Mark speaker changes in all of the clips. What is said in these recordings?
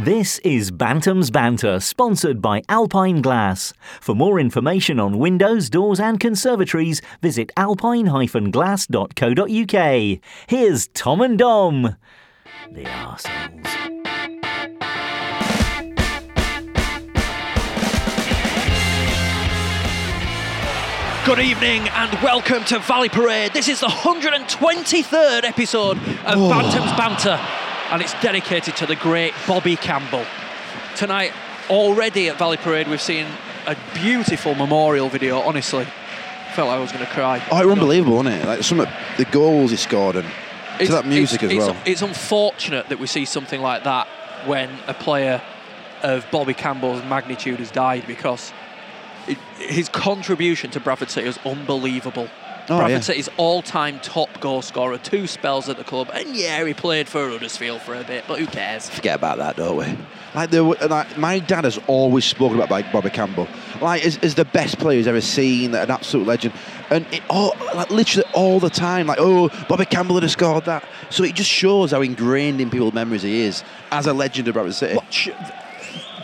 Speaker 1: This is Bantam's Banter, sponsored by Alpine Glass. For more information on windows, doors, and conservatories, visit alpine-glass.co.uk. Here's Tom and Dom. The arseholes.
Speaker 2: Good evening and welcome to Valley Parade. This is the 123rd episode of Bantam's Banter and it's dedicated to the great Bobby Campbell. Tonight, already at Valley Parade, we've seen a beautiful memorial video, honestly. Felt like I was going to cry.
Speaker 3: Oh, it was unbelievable, wasn't it? Like some of the goals he scored and to that music
Speaker 2: it's,
Speaker 3: as
Speaker 2: it's-
Speaker 3: well.
Speaker 2: It's unfortunate that we see something like that when a player of Bobby Campbell's magnitude has died because it, his contribution to Bradford City was unbelievable.
Speaker 3: Oh,
Speaker 2: Bradford
Speaker 3: yeah.
Speaker 2: City's all-time top goal scorer, two spells at the club, and yeah, he played for Huddersfield for a bit, but who cares?
Speaker 3: Forget about that, don't we? Like, there were, like my dad has always spoken about like, Bobby Campbell, like as, as the best player he's ever seen, an absolute legend, and it all, like literally all the time, like oh Bobby Campbell would have scored that. So it just shows how ingrained in people's memories he is as a legend of Bradford City.
Speaker 2: What sh-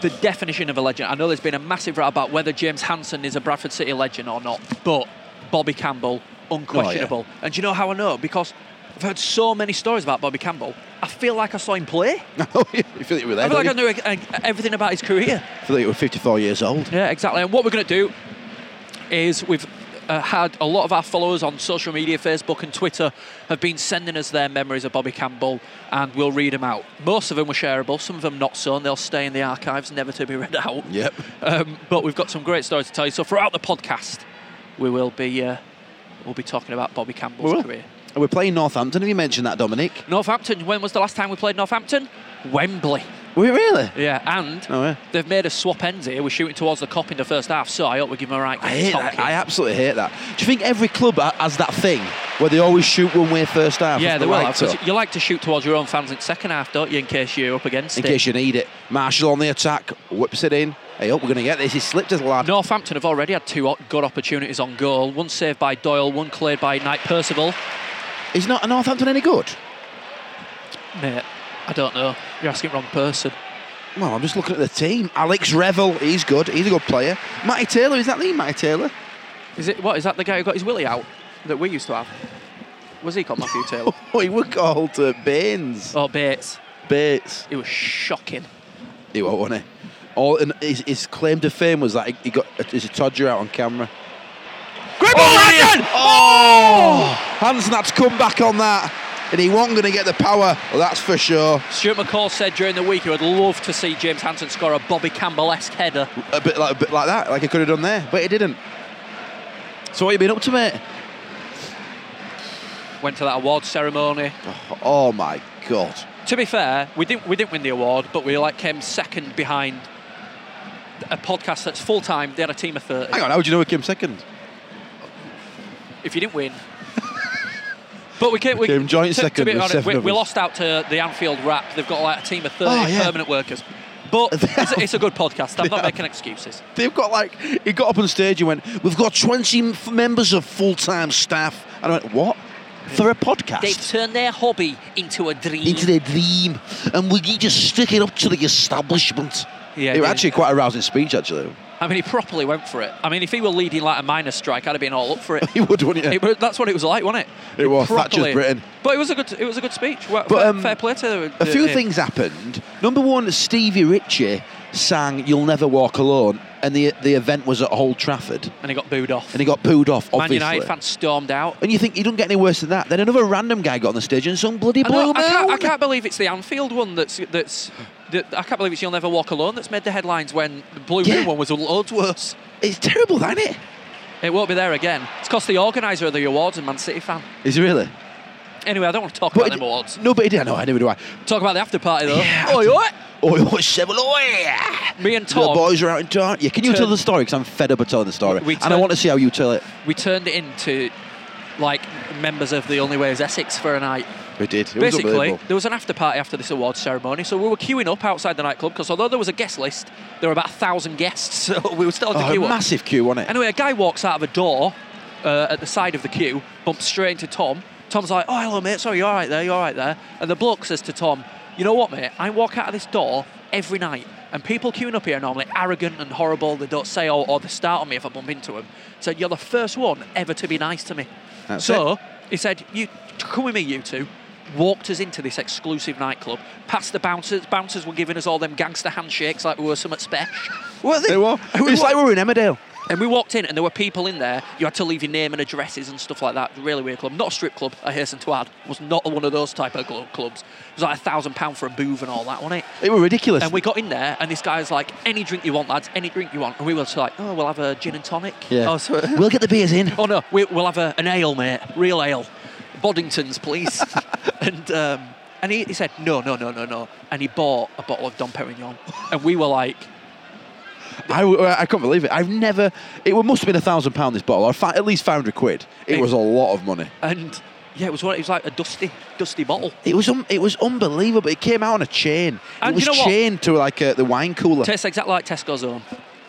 Speaker 2: the definition of a legend. I know there's been a massive row about whether James Hansen is a Bradford City legend or not, but Bobby Campbell, unquestionable. And do you know how I know? Because I've heard so many stories about Bobby Campbell. I feel like I saw him play.
Speaker 3: you feel like you were there.
Speaker 2: I feel like I
Speaker 3: don't you?
Speaker 2: knew uh, everything about his career.
Speaker 3: I feel like you were 54 years old.
Speaker 2: Yeah, exactly. And what we're going to do is we've uh, had a lot of our followers on social media, Facebook and Twitter, have been sending us their memories of Bobby Campbell, and we'll read them out. Most of them were shareable, some of them not so, and they'll stay in the archives, never to be read out.
Speaker 3: Yep.
Speaker 2: Um, but we've got some great stories to tell you. So throughout the podcast, we will be uh, we'll be talking about Bobby Campbell's
Speaker 3: We will.
Speaker 2: career.
Speaker 3: And we're playing Northampton. Have you mentioned that, Dominic?
Speaker 2: Northampton. When was the last time we played Northampton? Wembley.
Speaker 3: Were you really?
Speaker 2: Yeah, and
Speaker 3: Oh, yeah.
Speaker 2: they've made us swap ends here. We're shooting towards the cop in the first half, so I hope we give them a right.
Speaker 3: I hate that.
Speaker 2: tonking.
Speaker 3: I absolutely hate that. Do you think every club ha- has that thing where they always shoot one way first half?
Speaker 2: Yeah,
Speaker 3: It's
Speaker 2: they
Speaker 3: the
Speaker 2: will.
Speaker 3: right
Speaker 2: have,
Speaker 3: to,
Speaker 2: 'cause you like to shoot towards your own fans in second half, don't you? In case you're up against
Speaker 3: in
Speaker 2: it.
Speaker 3: case you need it. Marshall on the attack, whips it in. Hey, up, we're going to get this. He slipped his lad.
Speaker 2: Northampton have already had two o- good opportunities on goal. One saved by Doyle, one cleared by Knight Percival.
Speaker 3: Is not Northampton any good?
Speaker 2: Mate, I don't know. You're asking the wrong person.
Speaker 3: Well, I'm just looking at the team. Alex Revel, he's good. He's a good player. Matty Taylor, is that the Matty Taylor?
Speaker 2: Is it what? Is that the guy who got his willy out that we used to have? Was he called Matthew Taylor?
Speaker 3: Oh, he were called uh, Baines.
Speaker 2: oh, Bates.
Speaker 3: Bates.
Speaker 2: It was shocking.
Speaker 3: He won't, won't he? All, and his, his claim to fame was that he- he got his todger out on camera. Great ball, Hansen! Oh! Hansen had to come back on that. And he wasn't going to get the power, well, that's for sure.
Speaker 2: Stuart McCall said during the week he would love to see James Hanson score a Bobby Campbell-esque header.
Speaker 3: A bit like, a bit like that, like he could have done there, but he didn't. So what you been up to, mate?
Speaker 2: Went to that award ceremony.
Speaker 3: Oh my God.
Speaker 2: To be fair, we didn't we didn't win the award, but we like came second behind a podcast that's full time. They had a team of thirty.
Speaker 3: Hang on, how do you know he came second?
Speaker 2: If you didn't win. But we came, we
Speaker 3: Came joint
Speaker 2: to- to
Speaker 3: second
Speaker 2: be
Speaker 3: with
Speaker 2: honest,
Speaker 3: seven
Speaker 2: we,
Speaker 3: of
Speaker 2: we
Speaker 3: us.
Speaker 2: lost out to the Anfield Rap. They've got like a team of 30
Speaker 3: Oh, yeah.
Speaker 2: permanent workers. But it's, a- it's a good podcast. I'm
Speaker 3: They
Speaker 2: not
Speaker 3: have.
Speaker 2: making excuses.
Speaker 3: They've got like, he got up on stage and went, We've got 20 f- members of full time staff. And I went, What? For a podcast?
Speaker 2: They've turned their hobby into a dream.
Speaker 3: into their dream, and we need to stick it up to the establishment.
Speaker 2: Yeah,
Speaker 3: it was
Speaker 2: yeah.
Speaker 3: actually quite a rousing speech, actually.
Speaker 2: I mean, he properly went for it. I mean, if he were leading like a minor strike, I'd have been all up for it.
Speaker 3: You would, wouldn't you?
Speaker 2: It was- that's what it was like, wasn't it?
Speaker 3: It was. Thatcher's
Speaker 2: Properly.
Speaker 3: Britain.
Speaker 2: But it was a good. It was a good speech. Well,
Speaker 3: But,
Speaker 2: fair,
Speaker 3: um,
Speaker 2: fair play to
Speaker 3: a
Speaker 2: the-
Speaker 3: few
Speaker 2: him.
Speaker 3: things happened. Number one, Stevie Ritchie sang "You'll Never Walk Alone," and the the event was at Old Trafford,
Speaker 2: And he got booed off.
Speaker 3: and he got booed off.
Speaker 2: Man
Speaker 3: Obviously,
Speaker 2: United fans stormed out.
Speaker 3: and you think you don't get any worse than that. Then another random guy got on the stage and sung bloody
Speaker 2: I, know,
Speaker 3: blue
Speaker 2: I, can't, I
Speaker 3: Moon.
Speaker 2: can't believe it's the Anfield one that's that's. That, I can't believe it's "You'll Never Walk Alone" that's made the headlines when the Blue
Speaker 3: Yeah.
Speaker 2: Moon one was loads worse.
Speaker 3: It's terrible, isn't it?
Speaker 2: It won't be there again. It's cost the organizer of the awards a Man City fan.
Speaker 3: Is it really?
Speaker 2: Anyway, I don't want to talk
Speaker 3: But
Speaker 2: about
Speaker 3: it-
Speaker 2: them awards.
Speaker 3: Nobody did. I know. I never do. I.
Speaker 2: Talk about the after party though.
Speaker 3: Yeah.
Speaker 2: Oi, oi.
Speaker 3: Oh, it was seven. Oh, yeah.
Speaker 2: Me and
Speaker 3: The
Speaker 2: Tom
Speaker 3: boys are out in town. Yeah, can you
Speaker 2: Turn-
Speaker 3: tell the story? Because I'm fed up of telling the story,
Speaker 2: We
Speaker 3: and I
Speaker 2: turn-
Speaker 3: want to see how you tell it.
Speaker 2: we turned it into like members of the Only Way is Essex for a night.
Speaker 3: We did. It
Speaker 2: Basically, there was an after party after this awards ceremony, so we were queuing up outside the nightclub because although there was a guest list, there were about a thousand guests, so we were still at the
Speaker 3: Oh, a
Speaker 2: queue up.
Speaker 3: massive queue, wasn't it?
Speaker 2: Anyway, a guy walks out of a door uh, at the side of the queue, bumps straight into Tom. Tom's like, "Oh, hello, mate. Sorry, you're all right there. You're all right there." And the bloke says to Tom, "You know what, mate? I walk out of this door every night. And people queuing up here are normally arrogant and horrible. They don't say, oh, or they start on me if I bump into them. So you're the first one ever to be nice to me.
Speaker 3: That's
Speaker 2: so he said, you come with me, you two. Walked us into this exclusive nightclub. Past the bouncers, bouncers were giving us all them gangster handshakes like we were some at Spesh.
Speaker 3: What
Speaker 2: they-
Speaker 3: they were?
Speaker 2: who
Speaker 3: It's
Speaker 2: wa-
Speaker 3: like we were in Emmerdale.
Speaker 2: And we walked in, and there were people in there. You had to leave your name and addresses and stuff like that. Really weird club. Not a strip club, I hasten to add. Was not one of those type of glo- clubs. It was like a thousand pound for a booth and all that, wasn't it?
Speaker 3: It were ridiculous.
Speaker 2: And we got in there, and this guy's like, "Any drink you want, lads. Any drink you want." And we were just like, "Oh, we'll have a gin and tonic."
Speaker 3: yeah.
Speaker 2: Oh, so-
Speaker 3: we'll get the beers in.
Speaker 2: oh no, we, we'll have a, an ale, mate. Real ale, Boddingtons, please. and um, and he, he said, "No, no, no, no, no." And he bought a bottle of Dom Perignon, and we were like,
Speaker 3: I, w- I can't believe it. I've never. It must have been a thousand pound this bottle, or fi- at least five hundred quid. It
Speaker 2: It-
Speaker 3: was a lot of money.
Speaker 2: and yeah, it was one. It was like a dusty, dusty bottle.
Speaker 3: It was um, it was unbelievable. It came out on a chain.
Speaker 2: And
Speaker 3: it
Speaker 2: you
Speaker 3: was
Speaker 2: know what?
Speaker 3: chained to like uh, the wine cooler.
Speaker 2: Tastes exactly like Tesco's own.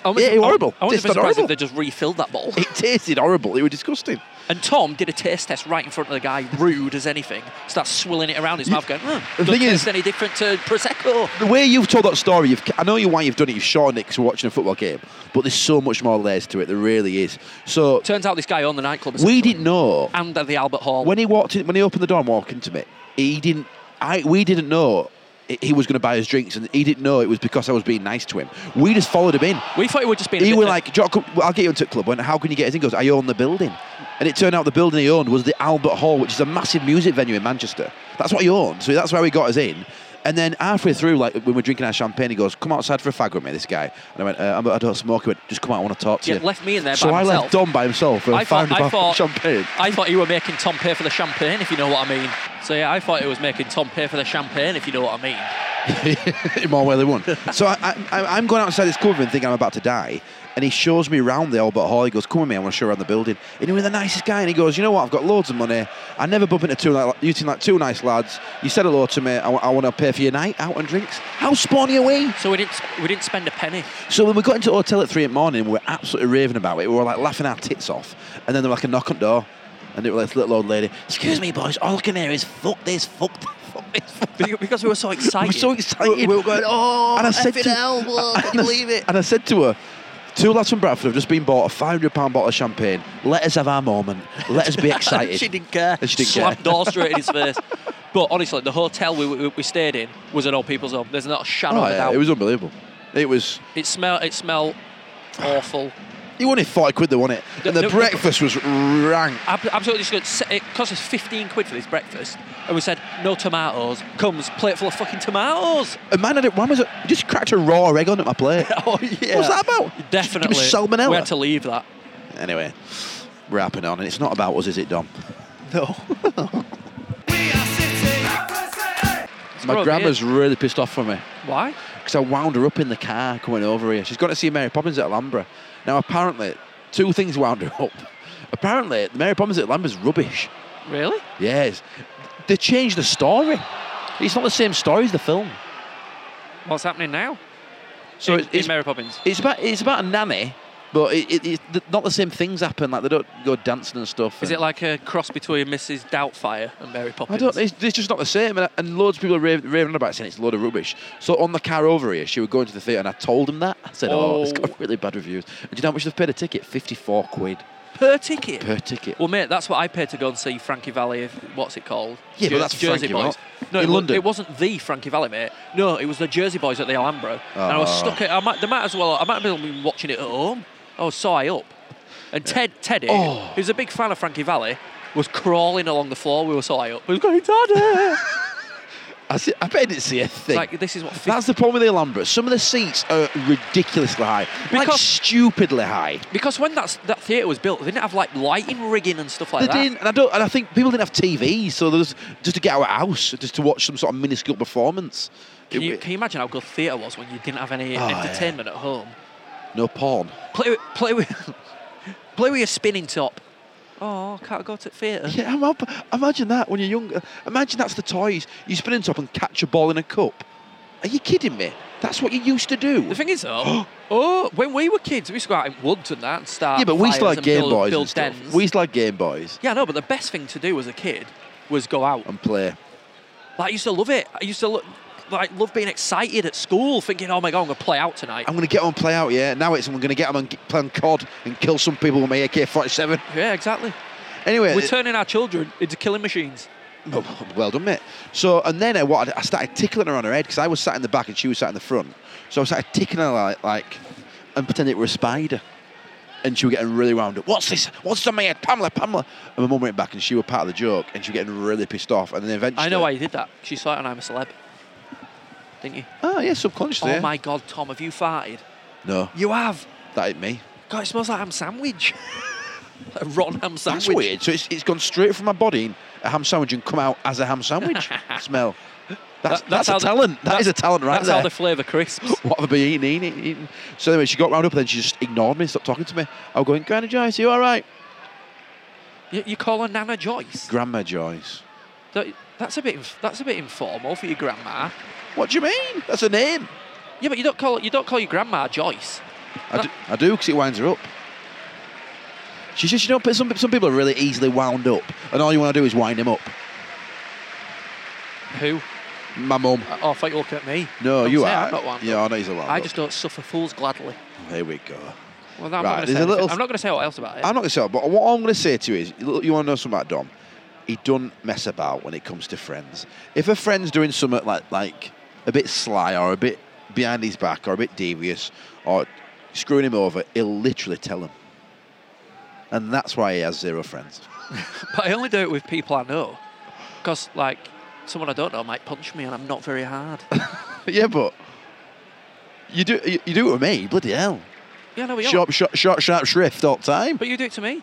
Speaker 2: I
Speaker 3: Yeah, it was
Speaker 2: I-
Speaker 3: horrible.
Speaker 2: I wouldn't
Speaker 3: Tasted
Speaker 2: be surprised
Speaker 3: horrible.
Speaker 2: if they just refilled that bottle.
Speaker 3: it tasted horrible. It was disgusting.
Speaker 2: And Tom did a taste test right in front of the guy, rude as anything. Starts swilling it around his mouth, going, mm,
Speaker 3: the
Speaker 2: "Doesn't
Speaker 3: thing
Speaker 2: taste
Speaker 3: is-
Speaker 2: any different to prosecco."
Speaker 3: The way you've told that story, you've, I know you why you've done it. You've shortened it 'cause we're watching a football game, but there's so much more layers to it. There really is. So
Speaker 2: Turns out this guy owned the nightclub.
Speaker 3: we didn't know
Speaker 2: And at the Albert Hall.
Speaker 3: when he walked in, when he opened the door and walked into me, he didn't. I we didn't know i- he was going to buy us drinks, and he didn't know it was because I was being nice to him. We just followed him in.
Speaker 2: we thought it would just be.
Speaker 3: He were like, "Jock, come- well, I'll get you into the club. When, how can you get us in? He goes, I own the building. And it turned out the building he owned was the Albert Hall, which is a massive music venue in Manchester. That's what he owned. So that's where we got us in. And then halfway through, like when we're drinking our champagne, he goes, "Come outside for a fag with me." This guy, and I went, uh, "I'm- "I don't smoke." He went, "Just come out. I want to talk to
Speaker 2: Yeah,
Speaker 3: you."
Speaker 2: left me in there
Speaker 3: So
Speaker 2: by
Speaker 3: I
Speaker 2: myself.
Speaker 3: left Don by himself for
Speaker 2: I thought, I, thought,
Speaker 3: champagne.
Speaker 2: I thought you were making Tom pay for the champagne, if you know what I mean. So yeah, I thought it was making Tom pay for the champagne, if you know what I mean.
Speaker 3: in more way than one. So I, I, I- I'm going outside this cover and thinking I'm about to die. And he shows me around the Albert Hall. He goes, "Come with me. I want to show you around the building." And he was the nicest guy. And he goes, "You know what? I've got loads of money. I never bump into two like you two like two nice lads. You said hello to me. I, want to pay for your night out and drinks. How spawny are we?"
Speaker 2: So we didn't we didn't spend a penny.
Speaker 3: So when we got into the hotel at three in the morning, we were absolutely raving about it. We were like laughing our tits off. And then there was like a knock on the door, and it was like this little old lady. Excuse me, boys. All I can hear is fuck this, fuck this, fuck this, fuck
Speaker 2: Because we were so excited.
Speaker 3: I'm so excited. We were going, oh, and I said to, and I- And I said to her, two lads from Bradford have just been bought a £500 bottle of champagne. Let us have our moment. Let us be excited.
Speaker 2: she didn't care.
Speaker 3: And she didn't
Speaker 2: Slammed door straight in his face. But honestly, the hotel we, we, we stayed in was an old people's home. There's not a shadow
Speaker 3: Oh,
Speaker 2: of a
Speaker 3: yeah,
Speaker 2: doubt.
Speaker 3: it was unbelievable. It was.
Speaker 2: it smelled. It smelled awful.
Speaker 3: You wanted 40 quid, they won it.
Speaker 2: The-
Speaker 3: And the,
Speaker 2: the-
Speaker 3: breakfast was rank.
Speaker 2: Ab- absolutely disgusting. It cost us 15 quid for this breakfast, and we said no tomatoes. Comes plate full of fucking tomatoes.
Speaker 3: A man had it. One was it? he Just cracked a raw egg on at my plate.
Speaker 2: Oh yeah.
Speaker 3: What's that about?
Speaker 2: Definitely.
Speaker 3: Just give me salmonella.
Speaker 2: We had to leave that.
Speaker 3: Anyway, wrapping on, and it's not about us, is it, Dom?
Speaker 2: No.
Speaker 3: My
Speaker 2: probably
Speaker 3: grandma's really pissed off for me.
Speaker 2: Why?
Speaker 3: because I wound her up in the car coming over here. She's gone to see Mary Poppins at Alhambra. Now, apparently, two things wound her up. Apparently, Mary Poppins at Alhambra's rubbish.
Speaker 2: Really?
Speaker 3: Yes. They changed the story. It's not the same story as the film.
Speaker 2: What's happening now?
Speaker 3: So
Speaker 2: in,
Speaker 3: it's, it's,
Speaker 2: in Mary Poppins.
Speaker 3: it's about it's about a nanny, but it, it, it's th- not the same things happen. Like they don't go dancing and stuff.
Speaker 2: Is
Speaker 3: and-
Speaker 2: it like a cross between Mrs. Doubtfire and Mary
Speaker 3: I
Speaker 2: Poppins?
Speaker 3: don't. It's, it's just not the same, and, and loads of people are raving, raving about it saying it's a load of rubbish. So on the car over here, she was going to the theatre, and I told them that. I said, "Oh, it's
Speaker 2: Oh.
Speaker 3: got really bad reviews." And do you know how much they've paid a ticket? Fifty-four quid
Speaker 2: Per ticket.
Speaker 3: per ticket.
Speaker 2: Well, mate, that's what I paid to go and see Frankie Valley. What's it called?
Speaker 3: Yeah, but that's Frankie
Speaker 2: Boys.
Speaker 3: Valley.
Speaker 2: No,
Speaker 3: In
Speaker 2: it, wa-
Speaker 3: London.
Speaker 2: it wasn't the Frankie Valley, mate. No, it was the Jersey Boys at the Alhambra, and I was
Speaker 3: Oh.
Speaker 2: stuck. At, I might, they might as well. I might as well been watching it at home. I was so high up, and Ted, Teddy,
Speaker 3: Oh.
Speaker 2: who's a big fan of Frankie Valley, was crawling along the floor. We were so high up. He was going, Daddy.
Speaker 3: I, see, I bet I didn't see a
Speaker 2: It's
Speaker 3: thing.
Speaker 2: like this is what. 50,
Speaker 3: That's the problem with the Alhambra. Some of the seats are ridiculously high, like
Speaker 2: Because-
Speaker 3: stupidly high.
Speaker 2: because when that's, that theatre was built, they didn't have like lighting rigging and stuff like
Speaker 3: They
Speaker 2: that.
Speaker 3: didn't, and I don't, and I think people didn't have TVs, so there was just to get out of house, just to watch some sort of minuscule performance.
Speaker 2: Can
Speaker 3: It
Speaker 2: you,
Speaker 3: w-
Speaker 2: can you imagine how good theatre was when you didn't have any
Speaker 3: Oh, yeah.
Speaker 2: entertainment at home?
Speaker 3: no porn.
Speaker 2: Play with, play with, play with your spinning top. Oh, can't go to theatre.
Speaker 3: Yeah, I'm up. imagine that when you're younger. Imagine that's the toys. You spin on top and catch a ball in a cup. Are you kidding me? That's what you used to do.
Speaker 2: The thing is, though, oh, when we were kids, we used to go out in woods and that and start.
Speaker 3: yeah, but we still
Speaker 2: fires
Speaker 3: had
Speaker 2: and
Speaker 3: Game
Speaker 2: build,
Speaker 3: Boys
Speaker 2: build
Speaker 3: and stuff.
Speaker 2: dens.
Speaker 3: We still had Game Boys
Speaker 2: yeah, no, but the best thing to do as a kid was go out.
Speaker 3: and play.
Speaker 2: Like, I used to love it. I used to look. like love being excited at school, thinking, "Oh my god, I'm gonna play out tonight."
Speaker 3: I'm going to get on play out, yeah. Now it's I'm going to get on and g- play on COD and kill some people with my AK-47.
Speaker 2: yeah, exactly.
Speaker 3: Anyway,
Speaker 2: We're turning our children into killing machines.
Speaker 3: Oh, well done, mate. So, and then I, what, I started tickling her on her head because I was sat in the back and she was sat in the front. So I started tickling her like, like and pretending it were a spider. And she was getting really wound up. What's this? What's on my head? Pamela, Pamela. And my mum went back and she was part of the joke and she was getting really pissed off. And then eventually.
Speaker 2: I know why you did that. She saw it on I'm a Celeb. Didn't you?
Speaker 3: Oh, yeah, subconsciously. yeah.
Speaker 2: Oh my god, Tom, have you farted?
Speaker 3: No,
Speaker 2: You have.
Speaker 3: that ain't me.
Speaker 2: God, it smells like ham sandwich. a rotten ham sandwich.
Speaker 3: That's weird. So it's, it's gone straight from my body in a ham sandwich and come out as a ham sandwich smell. That's,
Speaker 2: That-
Speaker 3: that's,
Speaker 2: how
Speaker 3: a
Speaker 2: the-
Speaker 3: talent. that
Speaker 2: that-
Speaker 3: is a talent right
Speaker 2: That's
Speaker 3: there.
Speaker 2: how they flavour crisps.
Speaker 3: what have I been eating, eating, eating? So anyway, she got round up and then she just ignored me, stopped talking to me. I was going, Granny Joyce, you all right?
Speaker 2: you, you call her Nana Joyce.
Speaker 3: Grandma Joyce.
Speaker 2: That- that's a bit. inf- That's a bit informal for your grandma.
Speaker 3: What do you mean? That's her name.
Speaker 2: Yeah, but you don't call you don't call your grandma Joyce.
Speaker 3: I do, I do, 'cause it winds her up. She says, you know, some, some people are really easily wound up and all you want to do is wind them up.
Speaker 2: Who?
Speaker 3: My mum.
Speaker 2: Oh, I thought you were looking at me.
Speaker 3: No,
Speaker 2: Don't
Speaker 3: you
Speaker 2: say
Speaker 3: are.
Speaker 2: I'm not one.
Speaker 3: Yeah, I know he's a lot.
Speaker 2: I just don't suffer fools gladly.
Speaker 3: Here we go.
Speaker 2: Well, no, I'm, not
Speaker 3: Right,
Speaker 2: gonna
Speaker 3: there's
Speaker 2: say
Speaker 3: a little-
Speaker 2: anything. I'm not going to say what else about it.
Speaker 3: I'm not going to say, but what I'm going to say to you is, look, you want to know something about Dom? He don't mess about when it comes to friends. If a friend's doing something like like a bit sly or a bit behind his back or a bit devious or screwing him over, he'll literally tell him. And that's why he has zero friends.
Speaker 2: But I only do it with people I know. Because, like, someone I don't know might punch me and I'm not very hard.
Speaker 3: yeah, but you do you, you do it with me, bloody hell.
Speaker 2: yeah, no, we are.
Speaker 3: Sharp, sharp, sharp, sharp shrift all the time.
Speaker 2: But you do it to me.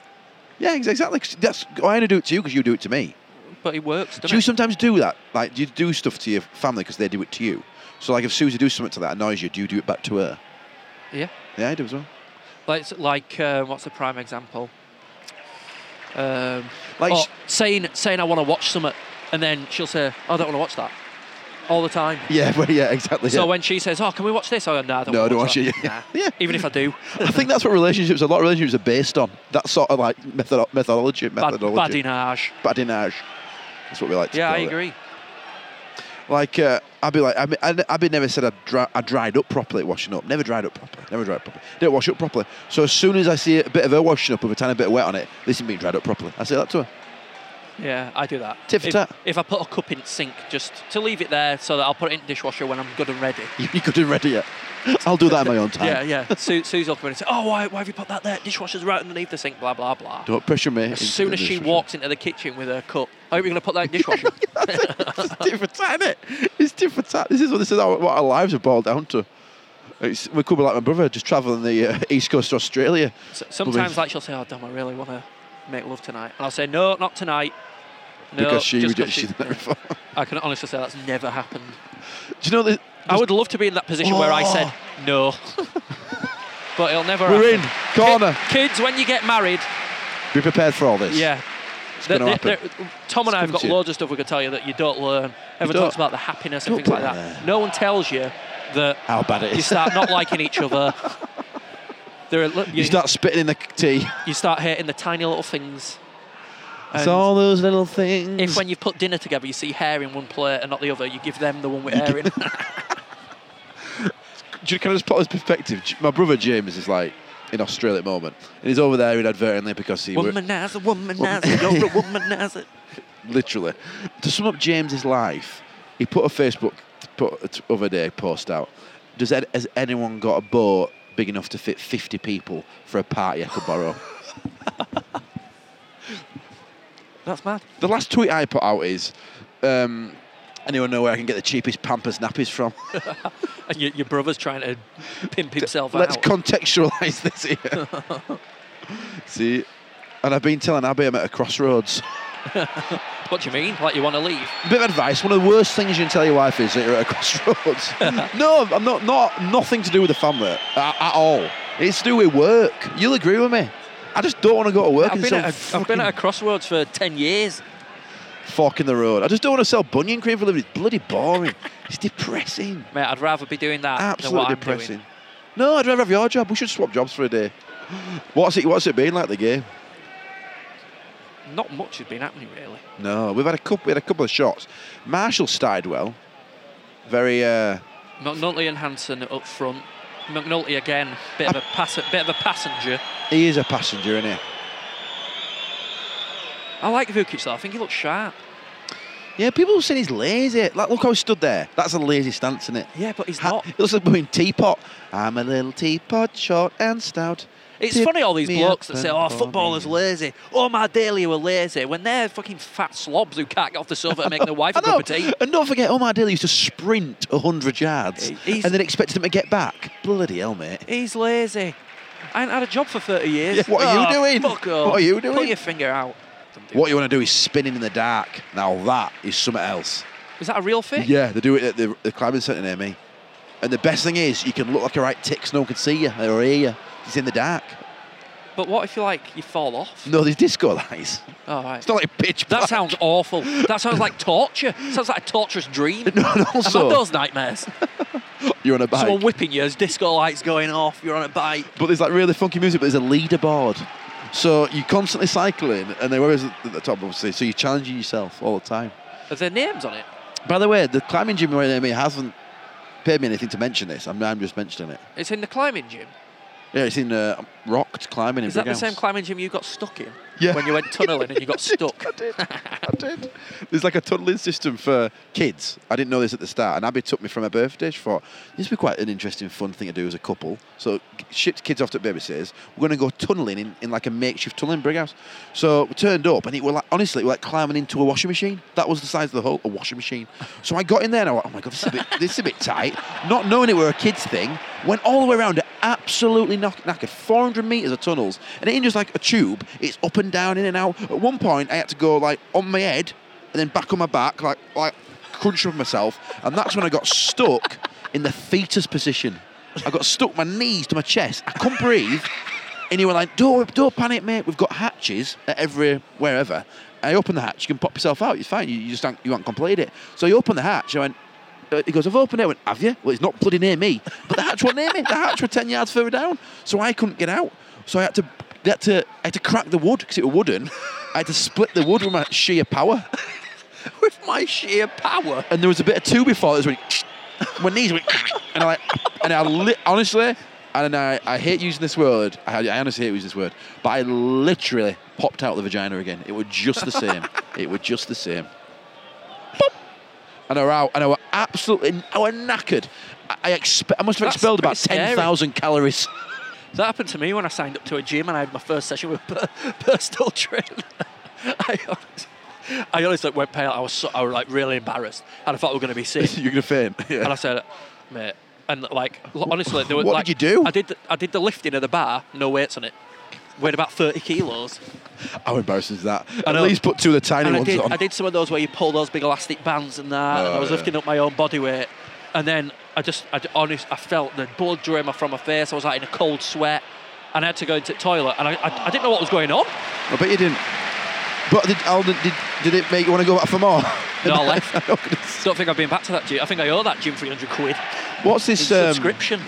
Speaker 3: Yeah, ex- exactly. 'cause That's I only do it to you because you do it to me.
Speaker 2: But it works, doesn't
Speaker 3: Do you
Speaker 2: it?
Speaker 3: sometimes do that? Like, do you do stuff to your family because they do it to you? So, like, if Susie does something to that annoys you, do you do it back to her?
Speaker 2: Yeah.
Speaker 3: Yeah, I do as well.
Speaker 2: Like, it's like uh, what's the prime example? Um,
Speaker 3: Like,
Speaker 2: or
Speaker 3: s-
Speaker 2: saying, saying I want to watch something and then she'll say, "Oh, I don't want to watch that. All the time.
Speaker 3: yeah, well, yeah, exactly.
Speaker 2: So
Speaker 3: yeah.
Speaker 2: when she says, oh, can we watch this? I go, no, I don't
Speaker 3: No, I
Speaker 2: want
Speaker 3: don't
Speaker 2: to
Speaker 3: watch it.
Speaker 2: that." Nah.
Speaker 3: Yeah.
Speaker 2: Even if I do.
Speaker 3: I think that's what relationships, a lot of relationships are based on. That sort of like method- methodology.
Speaker 2: Bad,
Speaker 3: methodology.
Speaker 2: badinage.
Speaker 3: badinage. That's what we like to
Speaker 2: Yeah, I
Speaker 3: call it.
Speaker 2: agree.
Speaker 3: Like, uh, I'd be like, I'd be, I'd, I'd be never said I, dri- I dried up properly washing up. Never dried up properly. Never dried up properly. Didn't wash up properly. So as soon as I see a bit of her washing up with a tiny bit of wet on it, this isn't being dried up properly. I say that to her.
Speaker 2: Yeah, I do that.
Speaker 3: Tit for
Speaker 2: if,
Speaker 3: tat.
Speaker 2: if I put a cup in the sink, just to leave it there so that I'll put it in the dishwasher when I'm good and ready.
Speaker 3: You couldn't ready yet. I'll do that in my own time.
Speaker 2: Yeah, yeah. Su- Sue's will come in and say, "Oh, why, why have you put that there? Dishwasher's right underneath the sink." Blah blah blah.
Speaker 3: Don't pressure me.
Speaker 2: As soon as she walks into the kitchen with her cup, I hope you're going to put that in the dishwasher.
Speaker 3: it's different time, innit? It's different time. This is what this is how, what our lives are boiled down to. It's, we could be like my brother, just travelling the uh, east coast of Australia.
Speaker 2: S- Sometimes, like she'll say, "Oh, damn, I really want to make love tonight," and I'll say, "No, not tonight." No,
Speaker 3: because she
Speaker 2: just
Speaker 3: would
Speaker 2: 'cause
Speaker 3: she did that
Speaker 2: she's-
Speaker 3: before.
Speaker 2: I can honestly say that's never happened.
Speaker 3: Do you know that
Speaker 2: I would love to be in that position where
Speaker 3: Oh.
Speaker 2: I said no, but it'll never.
Speaker 3: we're in
Speaker 2: happen.
Speaker 3: corner?
Speaker 2: Ki- Kids, when you get married,
Speaker 3: Be prepared for all this.
Speaker 2: Yeah.
Speaker 3: gonna
Speaker 2: There-
Speaker 3: happen.
Speaker 2: there- Tom and I have
Speaker 3: coming
Speaker 2: got
Speaker 3: to you.
Speaker 2: loads of stuff we could tell you that you don't learn. Everyone
Speaker 3: don't.
Speaker 2: talks about the happiness and
Speaker 3: Don't
Speaker 2: things like
Speaker 3: put
Speaker 2: that.
Speaker 3: it there.
Speaker 2: No one tells you that
Speaker 3: How bad it
Speaker 2: you
Speaker 3: is.
Speaker 2: start not liking each other. There are, li- you,
Speaker 3: You start spitting in the tea.
Speaker 2: you start hating the tiny little things.
Speaker 3: It's
Speaker 2: And
Speaker 3: all those little things.
Speaker 2: if when you put dinner together, you see hair in one plate and not the other, you give them the one with hair in.
Speaker 3: Do you, can I just put this perspective? J- My brother James is like in Australia at the moment, and he's over there inadvertently because he wor-
Speaker 2: womanizer, womanizer, you're a womanizer.
Speaker 3: literally. To sum up James's life, he put a Facebook put a t- other day post out. Does ed- has anyone got a boat big enough to fit 50 people for a party I could borrow?
Speaker 2: That's mad.
Speaker 3: the last tweet I put out is, um, anyone know where I can get the cheapest Pampers nappies from?
Speaker 2: And your, your brother's trying to pimp himself
Speaker 3: Let's
Speaker 2: out.
Speaker 3: contextualise this here. See, and I've been telling Abby I'm at a crossroads.
Speaker 2: what do you mean? Like you want to leave?
Speaker 3: Bit of advice. One of the worst things you can tell your wife is that you're at a crossroads. no, I'm not. Not nothing to do with the family at, at all. It's to do with work. You'll agree with me. I just don't want to go to work
Speaker 2: I've
Speaker 3: and
Speaker 2: been,
Speaker 3: sell
Speaker 2: at a, I've
Speaker 3: fucking
Speaker 2: been at a crossroads for 10 years.
Speaker 3: fork in the road. I just don't want to sell bunion cream for a living. It's bloody boring. it's depressing.
Speaker 2: Mate, I'd rather be doing that
Speaker 3: Absolutely
Speaker 2: than what I'm
Speaker 3: depressing.
Speaker 2: doing.
Speaker 3: No, I'd rather have your job. We should swap jobs for a day. What's it? What's it been like the game?
Speaker 2: Not much has been happening really.
Speaker 3: No, we've had a couple. We had a couple of shots. Marshall started well. Very. Uh,
Speaker 2: McNulty and Hanson up front. McNulty again, bit of a pass, bit of a passenger.
Speaker 3: he is a passenger, isn't he?
Speaker 2: I like Vukic though. I think he looks sharp.
Speaker 3: Yeah, people have said he's lazy. Like, look how he stood there. That's a lazy stance, isn't it?
Speaker 2: Yeah, but he's
Speaker 3: Ha-
Speaker 2: not.
Speaker 3: It looks like we're teapot. I'm a little teapot, short and stout.
Speaker 2: It's
Speaker 3: Tip
Speaker 2: funny all these
Speaker 3: me
Speaker 2: blokes
Speaker 3: up
Speaker 2: that say,
Speaker 3: and
Speaker 2: "Oh,
Speaker 3: pour
Speaker 2: footballers
Speaker 3: me
Speaker 2: lazy. Oh, my daily were lazy." When they're fucking fat slobs who can't get off the sofa and make their wife
Speaker 3: I
Speaker 2: a
Speaker 3: know.
Speaker 2: cup of tea.
Speaker 3: And don't forget, Omar Dilly used to sprint 100 yards
Speaker 2: He- he's-
Speaker 3: and then expected him to get back. Bloody hell, mate.
Speaker 2: He's lazy. I haven't had a job for 30 years.
Speaker 3: Yeah, what are you
Speaker 2: Oh,
Speaker 3: doing?
Speaker 2: Fuck off.
Speaker 3: What are you
Speaker 2: Put
Speaker 3: doing?
Speaker 2: your finger out. Don't do
Speaker 3: What you want to do is spinning in the dark. Now that is something else.
Speaker 2: that. Is that a real thing?
Speaker 3: Yeah, they do it at the, the climbing centre near me. And the best thing is, you can look like a right tix, no one can see you or hear you. It's in the dark.
Speaker 2: But what if you like you fall off?
Speaker 3: No, there's disco lights.
Speaker 2: All right.
Speaker 3: It's not like pitch
Speaker 2: That
Speaker 3: black.
Speaker 2: sounds awful. That sounds like torture. sounds like a torturous dream.
Speaker 3: No, and
Speaker 2: I've had
Speaker 3: also,
Speaker 2: those nightmares.
Speaker 3: you're on a bike.
Speaker 2: Someone whipping you, there's disco lights going off, you're on a bike.
Speaker 3: but there's like really funky music, but there's a leaderboard. So you're constantly cycling, and they're always at the top, obviously. So you're challenging yourself all the time.
Speaker 2: Are there names on it?
Speaker 3: By the way, the climbing gym right near me hasn't paid me anything to mention this. I'm, I'm just mentioning it.
Speaker 2: It's in the climbing gym.
Speaker 3: Yeah, it's in uh, Rocked Climbing in
Speaker 2: Is that the
Speaker 3: Brighouse.
Speaker 2: same climbing gym you got stuck in?
Speaker 3: Yeah.
Speaker 2: When you went tunnelling and you got stuck.
Speaker 3: I did. I did. There's like a tunneling system for kids. I didn't know this at the start, and Abby took me from her birthday. She thought this would be quite an interesting, fun thing to do as a couple. So g- shipped kids off to babysitters. We're going to go tunneling in, in like a makeshift tunneling brig house. So we turned up, and it were like honestly, it were like climbing into a washing machine. That was the size of the hole, a washing machine. So I got in there, and I went, oh my god, this is a bit, this is a bit tight. Not knowing it were a kids thing, went all the way around. it, Absolutely knock- knackered. 400 meters of tunnels, and it ain't just like a tube. It's up and down, in and out. At one point, I had to go like on my head and then back on my back, like like crunching with myself, and that's when I got stuck in the fetus position. I got stuck my knees to my chest. I couldn't breathe. And you were like, don't, don't panic, mate. We've got hatches at every wherever. I open the hatch. You can pop yourself out. It's fine. You, you just haven't, you haven't completed it. So you open the hatch. I went. uh, He goes, I've opened it. I went, have you? Well, it's not bloody near me. But the hatch wasn't near me. The hatch was ten yards further down. So I couldn't get out. So I had to, they had to, I had to crack the wood because it was wooden. I had to split the wood with my sheer power
Speaker 2: With my sheer power.
Speaker 3: and there was a bit of two before this went my knees went and I like and I li- honestly and I, I hate using this word I, I honestly hate using this word but I literally popped out the vagina again it was just the same it was just the same Pop. and I were out and I were absolutely I were knackered I, I, expe- I must have
Speaker 2: That's
Speaker 3: expelled about
Speaker 2: pretty scary.
Speaker 3: 10,000 calories
Speaker 2: That happened to me when I signed up to a gym and I had my first session with a per- personal trainer. I honestly, I honestly like, went pale. I was so, I was like really embarrassed, and I thought we were going to be sick.
Speaker 3: you're gonna faint yeah.
Speaker 2: and I said, "Mate," and like l- honestly, there were,
Speaker 3: What
Speaker 2: like,
Speaker 3: did you do?
Speaker 2: I did the, I did the lifting of the bar, no weights on it. Weighed about 30 kilos.
Speaker 3: how embarrassing is that at
Speaker 2: know.
Speaker 3: least put two of the tiny
Speaker 2: And I
Speaker 3: ones
Speaker 2: did,
Speaker 3: on
Speaker 2: I did some of those where you pull those big elastic bands and that, and I
Speaker 3: Oh,
Speaker 2: was
Speaker 3: yeah.
Speaker 2: lifting up my own body weight. And then I just, I d- honest, I felt the blood drain from my face. I was like in a cold sweat, and I had to go into the toilet, and I, I, I didn't know what was going on.
Speaker 3: I bet you didn't but did, Alden, did, did it make you want to go back for more
Speaker 2: No, I left.
Speaker 3: I'm not gonna
Speaker 2: Don't think I've been back to that gym. I think I owe that gym 300 quid
Speaker 3: What's
Speaker 2: in
Speaker 3: this? Um,
Speaker 2: subscription.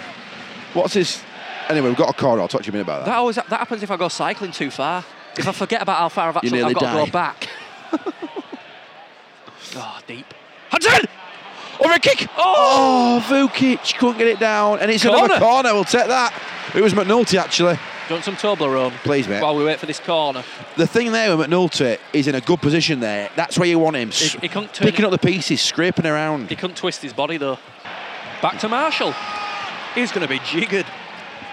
Speaker 3: what's this? Anyway, we've got a corner. I'll talk to you in a minute about
Speaker 2: That
Speaker 3: that.
Speaker 2: always that happens if I go cycling too far. If I forget about how far I've actually I've
Speaker 3: nearly
Speaker 2: got to
Speaker 3: die.
Speaker 2: go back. oh, deep. Hudson! Over a kick! Oh!
Speaker 3: Oh, Vukic couldn't get it down, and it's another
Speaker 2: Corner.
Speaker 3: corner. We'll take that. It was McNulty actually.
Speaker 2: Done some Toblerone.
Speaker 3: Please, mate.
Speaker 2: While we wait for this corner.
Speaker 3: The thing there with McNulty is in a good position there. That's where you want him.
Speaker 2: He, he couldn't turn
Speaker 3: Picking up the pieces, scraping
Speaker 2: He
Speaker 3: around.
Speaker 2: couldn't twist his body though. Back to Marshall. He's going to be jiggered.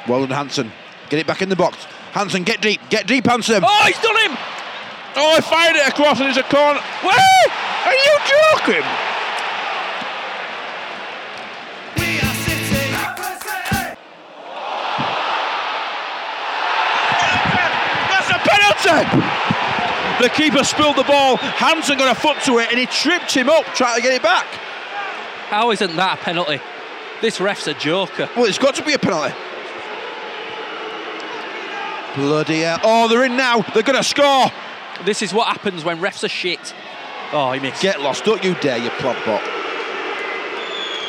Speaker 3: Well done, Hanson. Get it back in the box. Hanson, get deep. Get deep, Hanson.
Speaker 2: Oh, he's done him!
Speaker 3: Oh, I fired it across, and it's a corner. Wait, are you joking? That's a penalty! The keeper spilled the ball. Hansen got a foot to it, and he tripped him up trying to get it back.
Speaker 2: How isn't that a penalty? This ref's a joker.
Speaker 3: Well, it's got to be a penalty. Bloody hell! Oh, they're in now. They're going to score.
Speaker 2: This is what happens when refs are shit. Oh, he missed.
Speaker 3: Get lost. Don't you dare, you plod bot.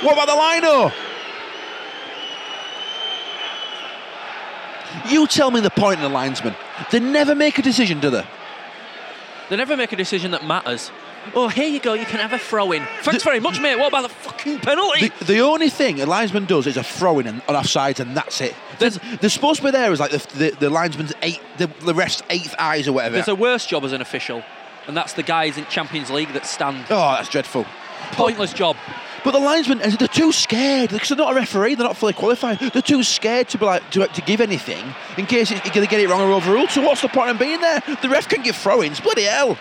Speaker 3: What about the lino? You tell me the point in the linesman. They never make a decision, do they?
Speaker 2: They never make a decision that matters. Oh, here you go. You can have a throw in. Thanks very much, mate. What about the fucking penalty?
Speaker 3: The, the only thing a linesman does is a throw in and- on offsides, and that's it. There's, the supposed to be there is like the, the, the linesman's eight, the, the ref's eighth eyes or whatever.
Speaker 2: There's a worse job as an official, and that's the guys in Champions League that stand.
Speaker 3: oh, that's dreadful.
Speaker 2: Pointless job.
Speaker 3: But the linesmen, they're too scared because they're not a referee. They're not fully qualified. They're too scared to be like to, to give anything in case it- you're going to get it wrong or overruled. So what's the point in being there? The ref can give throw-ins. Bloody hell!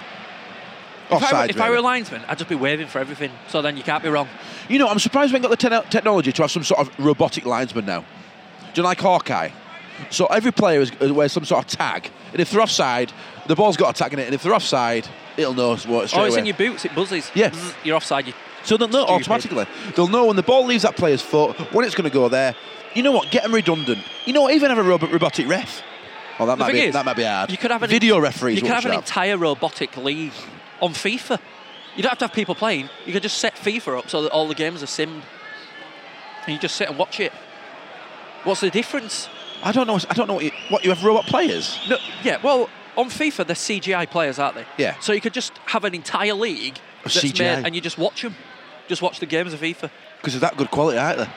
Speaker 2: If I, were-
Speaker 3: Offside.
Speaker 2: if I were a
Speaker 3: really.
Speaker 2: linesman, I'd just be waving for everything. So then you can't be wrong.
Speaker 3: you know, I'm surprised we ain't got the te- technology to have some sort of robotic linesman now. Do you know, like Hawkeye? So every player is, uh, wears some sort of tag, and if they're offside, the ball's got a tag in it, and if they're offside, it'll know what straight
Speaker 2: oh, it's
Speaker 3: away.
Speaker 2: in your boots. It buzzes.
Speaker 3: Yeah.
Speaker 2: Bzz, You're offside. You,
Speaker 3: So they'll know
Speaker 2: Stupid.
Speaker 3: automatically. They'll know when the ball leaves that player's foot, when it's going to go there. You know what? Get them redundant. You know what? Even have a robot, robotic ref. Oh, that
Speaker 2: The
Speaker 3: might
Speaker 2: thing
Speaker 3: be
Speaker 2: is,
Speaker 3: that might be hard.
Speaker 2: you could have an
Speaker 3: video referees.
Speaker 2: you could
Speaker 3: what
Speaker 2: have
Speaker 3: we
Speaker 2: an
Speaker 3: should
Speaker 2: entire robotic league on FIFA. You don't have to have people playing. You could just set FIFA up so that all the games are simmed, and you just sit and watch it. What's the difference?
Speaker 3: I don't know. I don't know what you, what you have robot players.
Speaker 2: No, yeah. Well, on FIFA they're CGI players, aren't they?
Speaker 3: Yeah. Oh,
Speaker 2: So you could just have an entire league that's
Speaker 3: CGI.
Speaker 2: made, and you just watch them, just watch the games of FIFA.
Speaker 3: because they're that good quality, aren't they?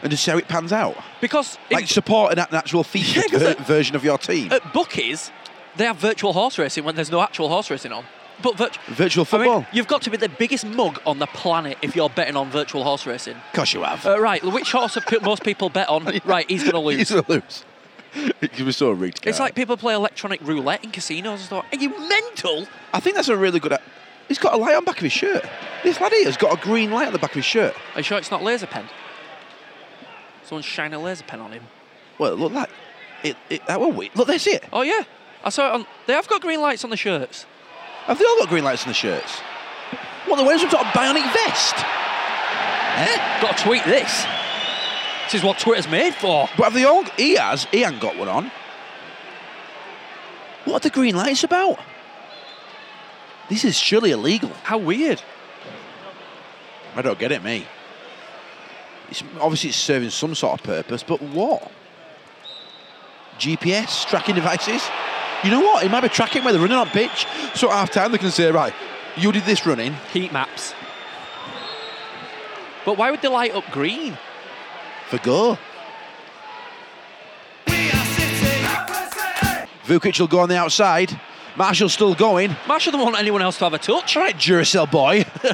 Speaker 3: And just see how it pans out.
Speaker 2: Because in-
Speaker 3: Like supporting an actual featured
Speaker 2: Yeah, 'cause
Speaker 3: ver-
Speaker 2: that-
Speaker 3: version of your team.
Speaker 2: at bookies, they have virtual horse racing when there's no actual horse racing on. But virtu-
Speaker 3: Virtual
Speaker 2: I mean,
Speaker 3: football.
Speaker 2: you've got to be the biggest mug on the planet if you're betting on virtual horse racing.
Speaker 3: of course you have.
Speaker 2: Uh, right, which horse have pe- most people bet on? Right, he's going to lose.
Speaker 3: He's gonna lose. It was so rigged.
Speaker 2: It's
Speaker 3: guy.
Speaker 2: like people play electronic roulette in casinos. and stuff. Are you mental?
Speaker 3: I think that's a really good. uh, He's got a light on the back of his shirt. This lad here has got a green light on the back of his shirt.
Speaker 2: Are you sure it's not laser pen? Someone's shining a laser pen on him.
Speaker 3: Well, look like it. it that were we. Look, that's it.
Speaker 2: Oh yeah, I saw it on. They have got green lights on the shirts.
Speaker 3: Have they all got green lights on the shirts? What? They're wearing some sort of bionic vest. Eh?
Speaker 2: Got to tweet this. This is what Twitter's made for.
Speaker 3: But have they all? He has. He ain't got one on. What are the green lights about? This is surely illegal.
Speaker 2: How weird.
Speaker 3: I don't get it, me. It's obviously it's serving some sort of purpose, but what? GPS tracking devices. You know what? It might be tracking where they're running on pitch. So at half time they can say, right, you did this running.
Speaker 2: Heat maps. But why would they light up green?
Speaker 3: for goal. Vukic will go on the outside. Marshall's still going.
Speaker 2: Marshall doesn't want anyone else to have a touch.
Speaker 3: All right, Duracell boy.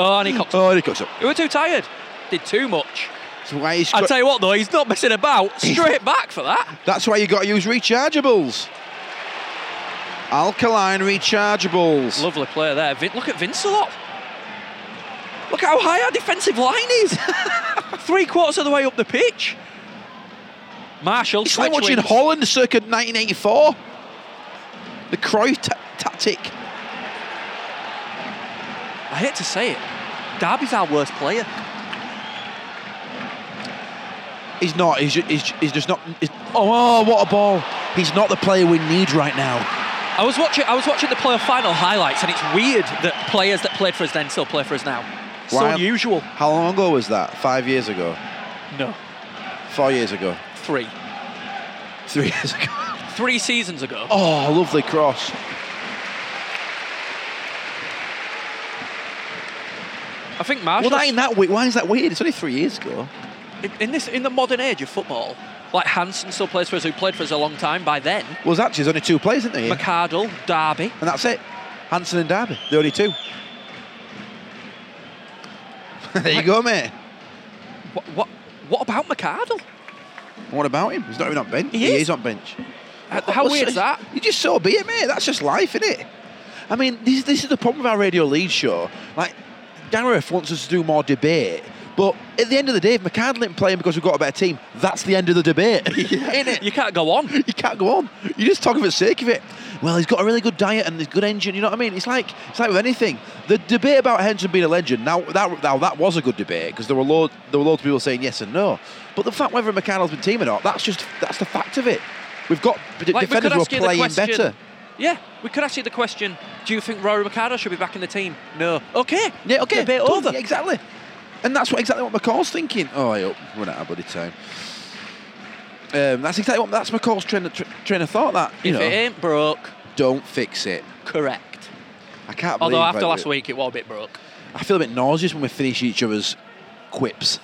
Speaker 2: Oh, and he cocked.
Speaker 3: oh, and he comes up.
Speaker 2: We were too tired. Did too much.
Speaker 3: That's why, he's
Speaker 2: I tell you what, though, he's not messing about. Straight back for that.
Speaker 3: That's why you got to use rechargeables. Alkaline rechargeables.
Speaker 2: Lovely play there. Vin- look at Vince a lot. Look how high our defensive line is. Three quarters of the way up the pitch. Marshall.
Speaker 3: it's like
Speaker 2: switch
Speaker 3: watching
Speaker 2: wings.
Speaker 3: Holland circa 1984. The Cruyff ta- tactic.
Speaker 2: I hate to say it. Derby's our worst player.
Speaker 3: He's not. He's, ju- he's, ju- he's just not. he's- oh, what a ball. He's not the player we need right now.
Speaker 2: I was watching. I was watching the playoff final highlights, and it's weird that players that played for us then still play for us now. It's so
Speaker 3: Why-
Speaker 2: unusual.
Speaker 3: How long ago was that? Five years ago?
Speaker 2: No,
Speaker 3: Four years ago?
Speaker 2: three,
Speaker 3: Three years ago?
Speaker 2: three seasons ago.
Speaker 3: Oh, lovely cross.
Speaker 2: I think
Speaker 3: Well,
Speaker 2: Marshall.
Speaker 3: that ain't that weird. Why is that weird? It's only three years ago.
Speaker 2: in, in this, in the modern age of football, like Hansen still plays for us, who played for us a long time by then.
Speaker 3: Well, it's actually, there's only two players, isn't there? Ian?
Speaker 2: McArdle, Derby.
Speaker 3: And that's it. Hanson and Derby. The only two. there you go, mate.
Speaker 2: What, what, what about McArdle?
Speaker 3: What about him? He's not even on bench.
Speaker 2: He is.
Speaker 3: is on bench.
Speaker 2: How, how
Speaker 3: Well,
Speaker 2: weird
Speaker 3: so-
Speaker 2: is that?
Speaker 3: You just so be it, mate. That's just life, isn't it? I mean, this, this is the problem with our radio lead show. Like, Gareth wants us to do more debate, but at the end of the day, if McCandle didn't play him because we've got a better team, that's the end of the debate, isn't it?
Speaker 2: You can't go on.
Speaker 3: You can't go on. You just talk for the sake of it. Well, he's got a really good diet and he's good engine. You know what I mean? It's like it's like with anything. The debate about Henson being a legend. Now that now that was a good debate because there were loads there were loads of people saying yes and no. But the fact whether McCann's been team or not, that's just that's the fact of it. We've got d-
Speaker 2: Like, we could
Speaker 3: defenders who are
Speaker 2: ask you the
Speaker 3: playing
Speaker 2: question-
Speaker 3: better.
Speaker 2: Yeah, we could ask you the question: Do you think Rory McArdle should be back in the team? No. Okay.
Speaker 3: Yeah, okay,
Speaker 2: Debate
Speaker 3: done.
Speaker 2: over.
Speaker 3: Yeah, exactly. And that's what exactly what McCall's thinking. Oh, I hope we're not out of bloody time. Um, that's exactly what that's McCall's train of, tr- train of thought. That you
Speaker 2: If
Speaker 3: know,
Speaker 2: it ain't broke,
Speaker 3: don't fix it.
Speaker 2: correct.
Speaker 3: I can't.
Speaker 2: Although
Speaker 3: believe,
Speaker 2: after
Speaker 3: like,
Speaker 2: last week, it was a bit broke.
Speaker 3: I feel a bit nauseous when we finish each other's quips.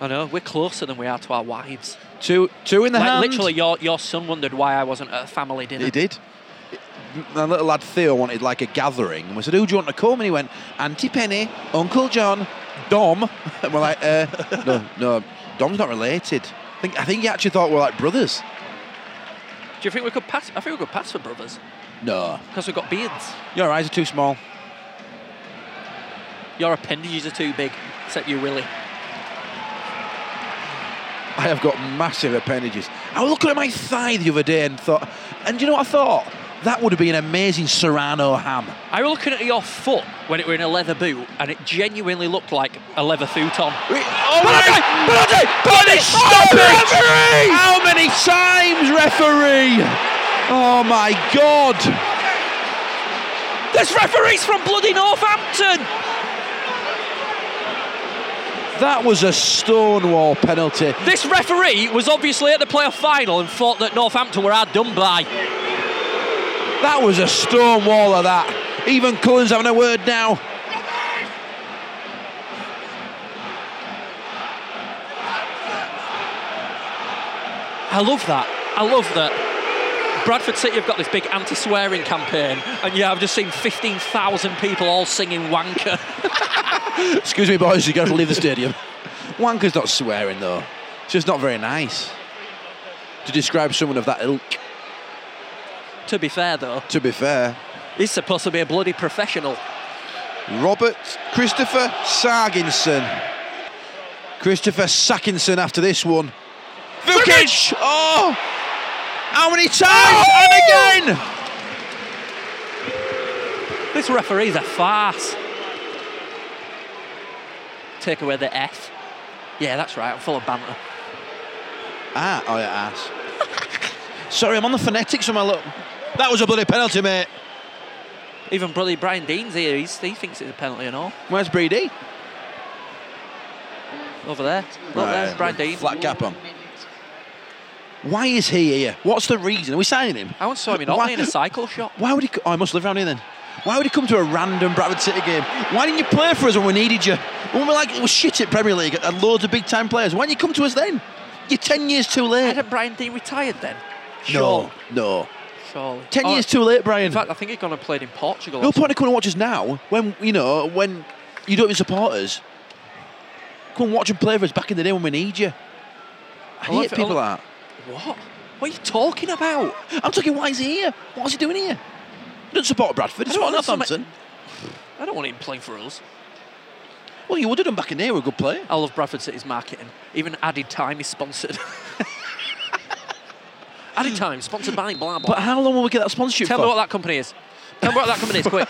Speaker 2: I know we're closer than we are to our wives.
Speaker 3: Two, two in the
Speaker 2: Like,
Speaker 3: hand.
Speaker 2: literally, your your son wondered why I wasn't at a family dinner.
Speaker 3: He did. My little lad Theo wanted like a gathering, and we said, "Who do you want to come?" And he went, "Auntie Penny, Uncle John, Dom." And we're like, uh, "No, no, Dom's not related." I think I think he actually thought we we're like brothers.
Speaker 2: Do you think we could pass? I think we could pass for brothers
Speaker 3: No,
Speaker 2: because we've got beards.
Speaker 3: your eyes are too small.
Speaker 2: Your appendages are too big, except you Willie.
Speaker 3: I have got massive appendages. I was looking at my thigh the other day and thought, and do you know what I thought? That would have been an amazing Serrano ham.
Speaker 2: I was looking at your foot when it were in a leather boot, and it genuinely looked like a leather futon.
Speaker 3: Oh penalty! Penalty! Stop it! How many times, referee? Oh my God!
Speaker 2: This referee's from bloody Northampton.
Speaker 3: That was a Stonewall penalty.
Speaker 2: This referee was obviously at the playoff final and thought that Northampton were hard done by.
Speaker 3: That was a Stonewall of that. Even Cullen's having a word now.
Speaker 2: I love that. I love that. Bradford City have got this big anti-swearing campaign, and yeah, I've just seen 15,000 people all singing "wanker."
Speaker 3: Excuse me, boys, you got to leave the stadium. Wanker's not swearing though. It's just not very nice to describe someone of that ilk.
Speaker 2: to be fair, though,
Speaker 3: To be fair,
Speaker 2: he's supposed to be a bloody professional.
Speaker 3: Robert Christopher Sarginson. Christopher Sackinson after this one. Vukic! Oh! How many times?
Speaker 2: Oh!
Speaker 3: And again!
Speaker 2: This referee's a farce. Take away the F. Yeah, that's right. I'm full of banter.
Speaker 3: Ah, oh yeah, ass. Sorry, I'm on the phonetics of my look. That was a bloody penalty, mate.
Speaker 2: Even bloody Brian Dean's here. He's, he thinks it's a penalty and all.
Speaker 3: Where's Brady?
Speaker 2: Over there, look there, Brian Dean.
Speaker 3: Flat cap on. Why is he here? What's the reason? Are we signing him?
Speaker 2: I once saw him in
Speaker 3: Why-
Speaker 2: Otley in a cycle shop.
Speaker 3: Why would he? co- Oh, I must live around here then. Why would he come to a random Bradford City game? Why didn't you play for us when we needed you? When we're like, it was shit at Premier League and loads of big time players. Why didn't you come to us then? You're 10 years too late.
Speaker 2: Hadn't Brian Dean retired then? Sure.
Speaker 3: No, no.
Speaker 2: Surely.
Speaker 3: 10
Speaker 2: Oh,
Speaker 3: years too late, Brian.
Speaker 2: In fact, I think he's gone and played in Portugal. or
Speaker 3: No point in coming and watch us now when, you know, when you don't even support us. Come and watch and play for us back in the day when we need you. I
Speaker 2: Well,
Speaker 3: hate
Speaker 2: if-
Speaker 3: people like
Speaker 2: something. What? What are you talking about?
Speaker 3: that. I'm talking, why is he here? What's he doing here? He doesn't support Bradford. He's
Speaker 2: I don't
Speaker 3: support
Speaker 2: want
Speaker 3: Northampton.
Speaker 2: I don't want him playing for us.
Speaker 3: Well, you would have done back in there with a good player.
Speaker 2: I love Bradford City's marketing. Even Added Time is sponsored. Added Time, sponsored by blah blah.
Speaker 3: But how long will we get that sponsorship
Speaker 2: Tell
Speaker 3: for?
Speaker 2: me what that company is. Tell me what that company is, quick.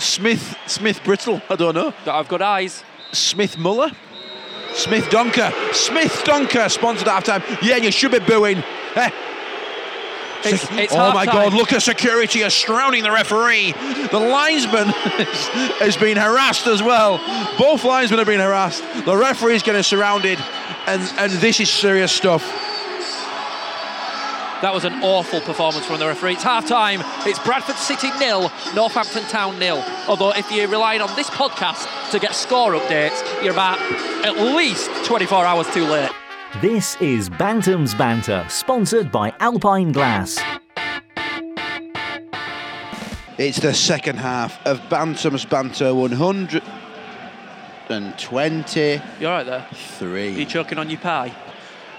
Speaker 3: Smith Smith Brittle. I don't know.
Speaker 2: That I've got eyes.
Speaker 3: Smith Muller. Smith Donker. Smith Donker sponsored at half time. Yeah, you should be booing. Eh.
Speaker 2: It's,
Speaker 3: Sec-
Speaker 2: it's
Speaker 3: oh my
Speaker 2: half-time.
Speaker 3: God! Look at security are surrounding the referee. The linesman has been harassed as well. Both linesmen have been harassed. The referee is getting surrounded, and and this is serious stuff.
Speaker 2: That was an awful performance from the referee. It's half time. It's Bradford City nil, Northampton Town nil. Although, if you're relying on this podcast to get score updates, you're about at least 24 hours too late.
Speaker 1: This is Bantam's Banter, sponsored by Alpine Glass.
Speaker 3: It's the second half of Bantam's Banter 123.
Speaker 2: You're right there. Are you choking on your pie?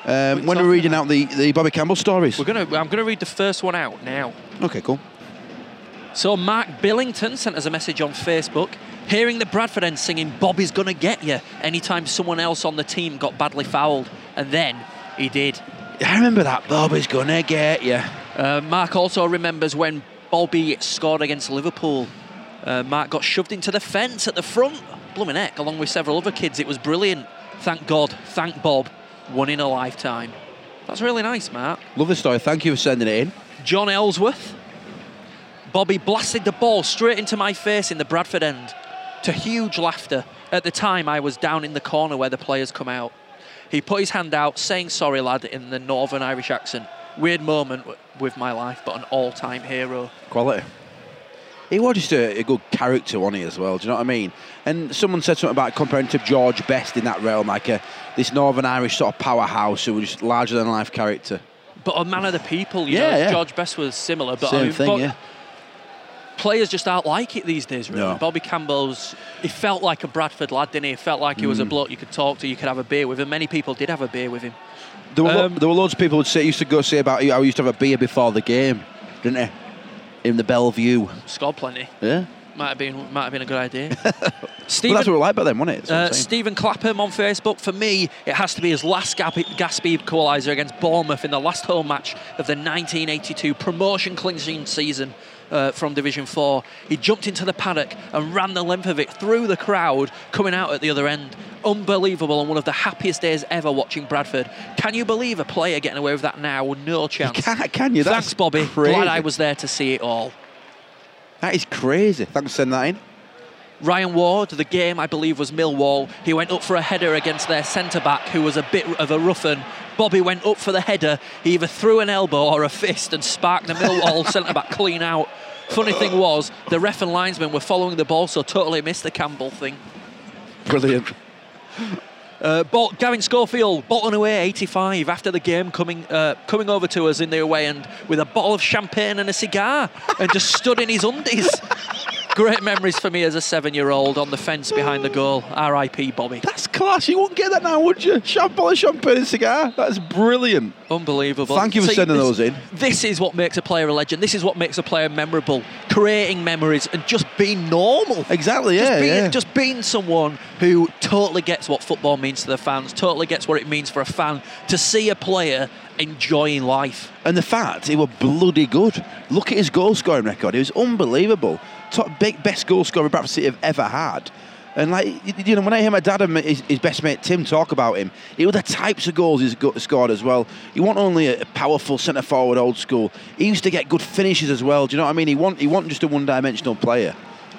Speaker 3: Um, when
Speaker 2: talking
Speaker 3: we're reading out the, the Bobby Campbell stories.
Speaker 2: We're gonna. I'm gonna read the first one out now.
Speaker 3: Okay, cool.
Speaker 2: So Mark Billington sent us a message on Facebook. Hearing the Bradford end singing "Bobby's gonna get you" anytime someone else on the team got badly fouled, and then he did.
Speaker 3: I remember that. Bobby's gonna get you.
Speaker 2: Uh, Mark also remembers when Bobby scored against Liverpool. Uh, Mark got shoved into the fence at the front, blooming heck, along with several other kids. It was brilliant. Thank God, thank Bob, one in a lifetime. That's really nice, Mark.
Speaker 3: Love the story. Thank you for sending it in.
Speaker 2: John Ellsworth. Bobby blasted the ball straight into my face in the Bradford end to huge laughter. At the time, I was down in the corner where the players come out. He put his hand out, saying sorry, lad, in the Northern Irish accent. Weird moment w- with my life, but an all time hero.
Speaker 3: Quality. He was just a, a good character, wasn't he, as well? Do you know what I mean? And someone said something about comparing to George Best in that realm, like a, this Northern Irish sort of powerhouse who was just larger than life character.
Speaker 2: But a man of the people, you
Speaker 3: Yeah,
Speaker 2: know,
Speaker 3: yeah.
Speaker 2: George Best was similar, but I
Speaker 3: Same
Speaker 2: mean,
Speaker 3: thing,
Speaker 2: Bob-
Speaker 3: yeah.
Speaker 2: players just aren't like it these days, really.
Speaker 3: No.
Speaker 2: Bobby Campbell's, he felt like a Bradford lad, didn't he? He felt like he was a
Speaker 3: Mm.
Speaker 2: bloke you could talk to, you could have a beer with, and many people did have a beer with him.
Speaker 3: There were, lo-
Speaker 2: Um,
Speaker 3: there were loads of people who say, used to go say about you, I used to have a beer before the game, didn't he? In the Bellevue.
Speaker 2: Scored plenty.
Speaker 3: Yeah.
Speaker 2: Might have been, might have been a good idea.
Speaker 3: Well, that's what
Speaker 2: Stephen,
Speaker 3: we like about them, wasn't it? That's what I'm
Speaker 2: uh,
Speaker 3: saying.
Speaker 2: Stephen Clapham on Facebook. For me, it has to be his last gap, Gaspy equaliser against Bournemouth in the last home match of the 1982 promotion clinching season. Uh, from Division 4. He jumped into the paddock and ran the length of it through the crowd, coming out at the other end. Unbelievable and one of the happiest days ever watching Bradford. Can you believe a player getting away with that now? No chance.
Speaker 3: Can, can you? That's
Speaker 2: Um, Thanks, Bobby.
Speaker 3: Crazy.
Speaker 2: Glad I was there to see it all.
Speaker 3: That is crazy. Thanks for sending that in.
Speaker 2: Ryan Ward, the game I believe was Millwall. He went up for a header against their centre back, who was a bit of a rough un. Bobby went up for the header. He either threw an elbow or a fist and sparked the Millwall centre back clean out. Funny thing was, the ref and linesman were following the ball, so totally missed the Campbell thing.
Speaker 3: Brilliant.
Speaker 2: Uh, Bol- Gavin Schofield, Bolton away, 85. After the game, coming uh, coming over to us in the away end with a bottle of champagne and a cigar, and just stood in his undies. Great memories for me as a seven-year-old on the fence behind the goal. R.I.P. Bobby.
Speaker 3: That's class. You wouldn't get that now, would you? Champagne, champagne, and cigar. That's brilliant.
Speaker 2: Unbelievable.
Speaker 3: Thank you for sending
Speaker 2: this-
Speaker 3: those in.
Speaker 2: This is what makes a player a legend. This is what makes a player memorable. Creating memories and just being normal.
Speaker 3: Exactly. Yeah.
Speaker 2: just, being,
Speaker 3: yeah.
Speaker 2: just being someone who totally gets what football means to the fans, totally gets what it means for a fan to see a player enjoying life.
Speaker 3: and the fact he were bloody good. Look at his goal scoring record. It was unbelievable. Top big best goal scorer Bradford City have ever had. And like y- you know, when I hear my dad and his, his best mate Tim talk about him, it were the types of goals he's got, scored as well. He wasn't only a powerful centre forward, old school. He used to get good finishes as well. Do you know what I mean? He want he wasn't just a one dimensional player.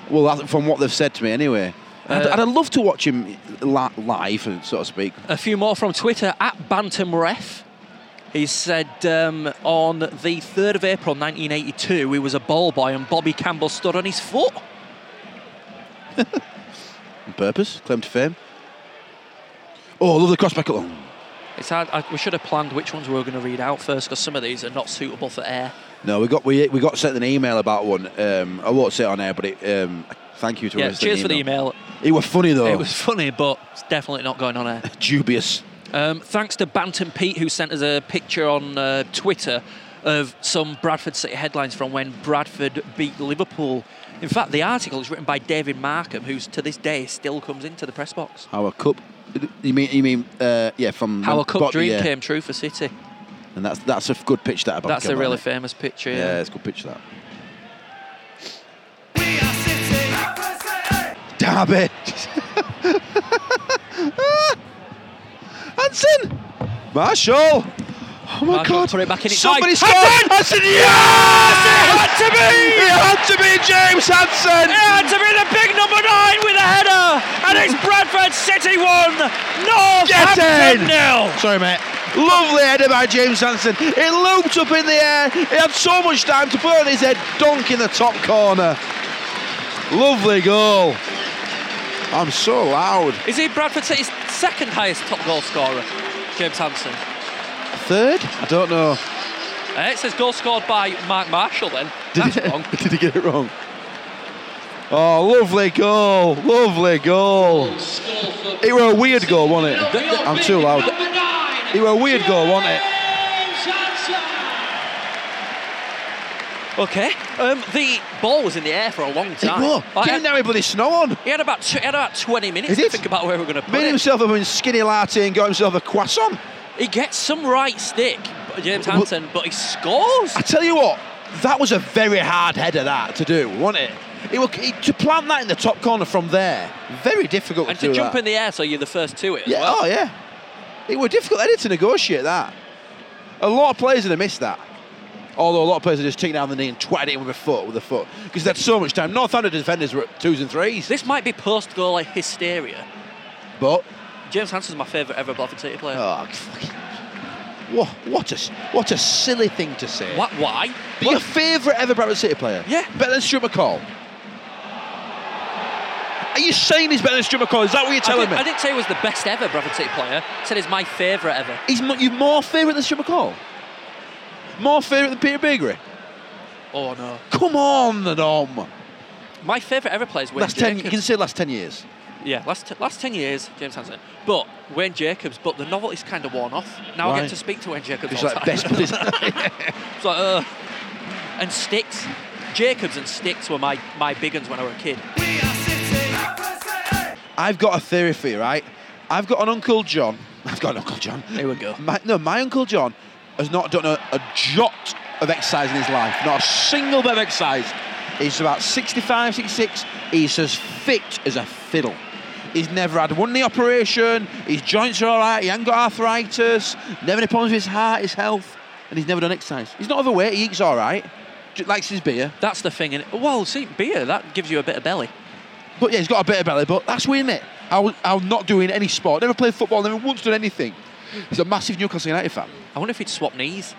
Speaker 3: Well, that's from what they've said to me anyway. And I'd, I'd love to watch him li- live, so to speak.
Speaker 2: A few more from Twitter at Bantam Ref. He said um, on the 3rd of April 1982, he was a ball boy and Bobby Campbell stood on his foot.
Speaker 3: On purpose, claim to fame. Oh, I love the crossback. Oh,
Speaker 2: It's hard. I, we should have planned which ones we were going to read out first because some of these are not suitable for air.
Speaker 3: No, we got we, we got sent an email about one. Um, I won't say it on air, but it, um, thank you to
Speaker 2: Yeah,
Speaker 3: us.
Speaker 2: cheers for the email.
Speaker 3: It was funny though.
Speaker 2: It was funny, but it's definitely not going on air.
Speaker 3: dubious.
Speaker 2: Um, thanks to Bantam Pete, who sent us a picture on uh, Twitter of some Bradford City headlines from when Bradford beat Liverpool. In fact, the article is written by David Markham, who to this day still comes into the press box.
Speaker 3: Our cup. You mean you mean uh, yeah from
Speaker 2: How a
Speaker 3: when-
Speaker 2: cup
Speaker 3: but-
Speaker 2: dream
Speaker 3: yeah.
Speaker 2: came true for City.
Speaker 3: and that's that's a good pitch that about.
Speaker 2: That's a
Speaker 3: Campbell,
Speaker 2: really
Speaker 3: isn't
Speaker 2: famous picture.
Speaker 3: it?
Speaker 2: yeah.
Speaker 3: Yeah, it's a good pitch that.
Speaker 4: We are City.
Speaker 3: Derby. Hanson. Marshall. Oh my
Speaker 2: Marshall,
Speaker 3: God!
Speaker 2: put it back in. It's
Speaker 3: Somebody
Speaker 2: wide.
Speaker 3: scored. Hanson. Yes! It had to be. It had to be James Hanson.
Speaker 2: And to be the big number nine with a header, and it's Bradford City one,
Speaker 3: Get
Speaker 2: Northampton
Speaker 3: in!
Speaker 2: nil.
Speaker 3: Sorry, mate. Lovely header by James Hanson. It looped up in the air. He had so much time to put it on his head. Dunk in the top corner. Lovely goal. I'm so loud.
Speaker 2: Is he Bradford City's second highest top goal scorer? James Hansen.
Speaker 3: Third? I don't know.
Speaker 2: Uh, it says goal scored by Mark Marshall. Then that's
Speaker 3: he,
Speaker 2: wrong.
Speaker 3: did he get it wrong? Oh, lovely goal. Lovely goal. It were a weird goal, wasn't it? I'm too loud. It were a weird goal, wasn't it?
Speaker 2: Okay. Um, the ball was in the air for a long
Speaker 3: It
Speaker 2: time.
Speaker 3: were.
Speaker 2: Like,
Speaker 3: Get him down with bloody snow on.
Speaker 2: he had about tw- he had about 20 minutes
Speaker 3: He
Speaker 2: to
Speaker 3: did.
Speaker 2: think about where we are going to put
Speaker 3: Made
Speaker 2: it.
Speaker 3: himself up in skinny latte and got himself a croissant.
Speaker 2: He gets some right stick, but James
Speaker 3: Well-
Speaker 2: Hansen, but he scores.
Speaker 3: I tell you what, that was a very hard header that to do, wasn't it? It, was, it to plant that in the top corner from there, very difficult
Speaker 2: And
Speaker 3: to,
Speaker 2: to
Speaker 3: do
Speaker 2: jump
Speaker 3: that.
Speaker 2: in the air, so you're the first to it. as
Speaker 3: yeah,
Speaker 2: well.
Speaker 3: oh yeah, it was difficult header to negotiate that. A lot of players would have missed that. Although a lot of players have just taken down the knee and twatted it in with a foot, with a foot, because they had so much time. Northampton defenders were at twos and threes,
Speaker 2: This might be post goal hysteria.
Speaker 3: but
Speaker 2: James Hansen's my favourite ever Bradford City player.
Speaker 3: oh, fucking, what, what a, s- what a silly thing to say.
Speaker 2: What? Why?
Speaker 3: Be your favourite ever Bradford City player.
Speaker 2: Yeah.
Speaker 3: Better than Stuart McCall. Are you saying he's better than Stuart McCall? Is that what you're
Speaker 2: I,
Speaker 3: telling
Speaker 2: did,
Speaker 3: me?
Speaker 2: I didn't say he was the best ever Bradford City player. I said he's my favourite ever.
Speaker 3: He's mo- you're more favourite than Stuart McCall? More favourite than Peter Bigrey?
Speaker 2: Oh no.
Speaker 3: Come on, the Dom.
Speaker 2: My favourite ever player is Wayne
Speaker 3: Last ten, you
Speaker 2: Jacobs.
Speaker 3: can say last ten years.
Speaker 2: Yeah, last t- last ten years, James Hansen. But Wayne Jacobs, but the novelty's kind of worn off. Now I
Speaker 3: Why?
Speaker 2: get to speak to Wayne Jacobs
Speaker 3: It's
Speaker 2: all
Speaker 3: like
Speaker 2: the time.
Speaker 3: best players.
Speaker 2: It's like, uh, and Sticks. Jacobs and Sticks were my, my big ones when I was a kid.
Speaker 4: We are City. City.
Speaker 3: I've got a theory for you, right? I've got an Uncle John. I've got an Uncle John.
Speaker 2: Here we go.
Speaker 3: My, no, my Uncle John has not done a, a jot of exercise in his life, not a single bit of exercise. He's about 65, 66. He's as fit as a fiddle. He's never had one knee operation. His joints are all right. He hasn't got arthritis. Never any problems with his heart, his health. And he's never done exercise. He's not overweight. He eats all right. J- Likes his beer.
Speaker 2: That's the thing. And well, see, beer that gives you a bit of belly.
Speaker 3: But yeah, he's got a bit of belly, but that's weird, isn't it? I was, I'm not doing any sport. Never played football. Never once done anything. He's a massive Newcastle United fan.
Speaker 2: I wonder if he'd swap knees.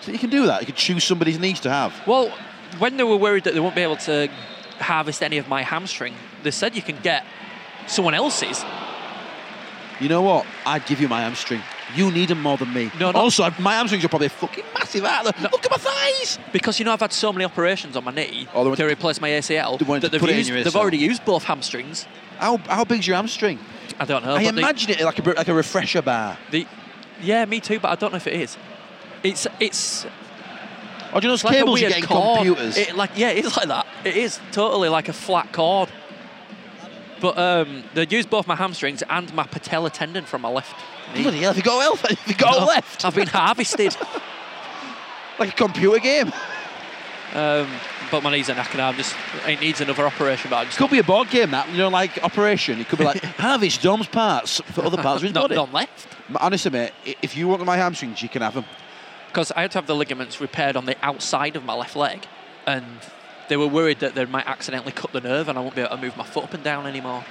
Speaker 3: So you can do that. You can choose somebody's knees to have.
Speaker 2: Well, when they were worried that they won't be able to harvest any of my hamstring, they said you can get someone else's.
Speaker 3: You know what? I'd give you my hamstring. You need them more than me.
Speaker 2: No, no.
Speaker 3: Also, I- my hamstrings are probably fucking massive, aren't they? Look at my thighs.
Speaker 2: Because you know I've had so many operations on my knee
Speaker 3: Oh, they want
Speaker 2: to
Speaker 3: to-
Speaker 2: replace my ACL
Speaker 3: They wanted
Speaker 2: that
Speaker 3: to
Speaker 2: they've,
Speaker 3: put it in
Speaker 2: used,
Speaker 3: your
Speaker 2: they've
Speaker 3: ACL.
Speaker 2: already used both hamstrings.
Speaker 3: How, how big's your hamstring?
Speaker 2: I don't know.
Speaker 3: I
Speaker 2: but they-
Speaker 3: imagine it like a bit- like a refresher bar.
Speaker 2: The, yeah, me too, but I don't know if it is. It's it's
Speaker 3: Or Oh, do you know those
Speaker 2: like
Speaker 3: cables
Speaker 2: a
Speaker 3: you
Speaker 2: weird
Speaker 3: get in
Speaker 2: cord.
Speaker 3: computers?
Speaker 2: It, like yeah, it's like that. It is totally like a flat cord. But um, they used both my hamstrings and my patella tendon from my left. knee.
Speaker 3: Bloody hell! If you go left, if you go
Speaker 2: No,
Speaker 3: left,
Speaker 2: I've been harvested.
Speaker 3: like a computer game.
Speaker 2: um, but my knees are knackered. I'm just it needs another operation. But I just
Speaker 3: Could be a board game that you know, like Operation. It could be like harvest Dom's parts for other parts of his
Speaker 2: not
Speaker 3: body.
Speaker 2: not left
Speaker 3: Honestly, mate, i- if you want my hamstrings, you can have them.
Speaker 2: because I had to have the ligaments repaired on the outside of my left leg, and they were worried that they might accidentally cut the nerve and I won't be able to move my foot up and down anymore.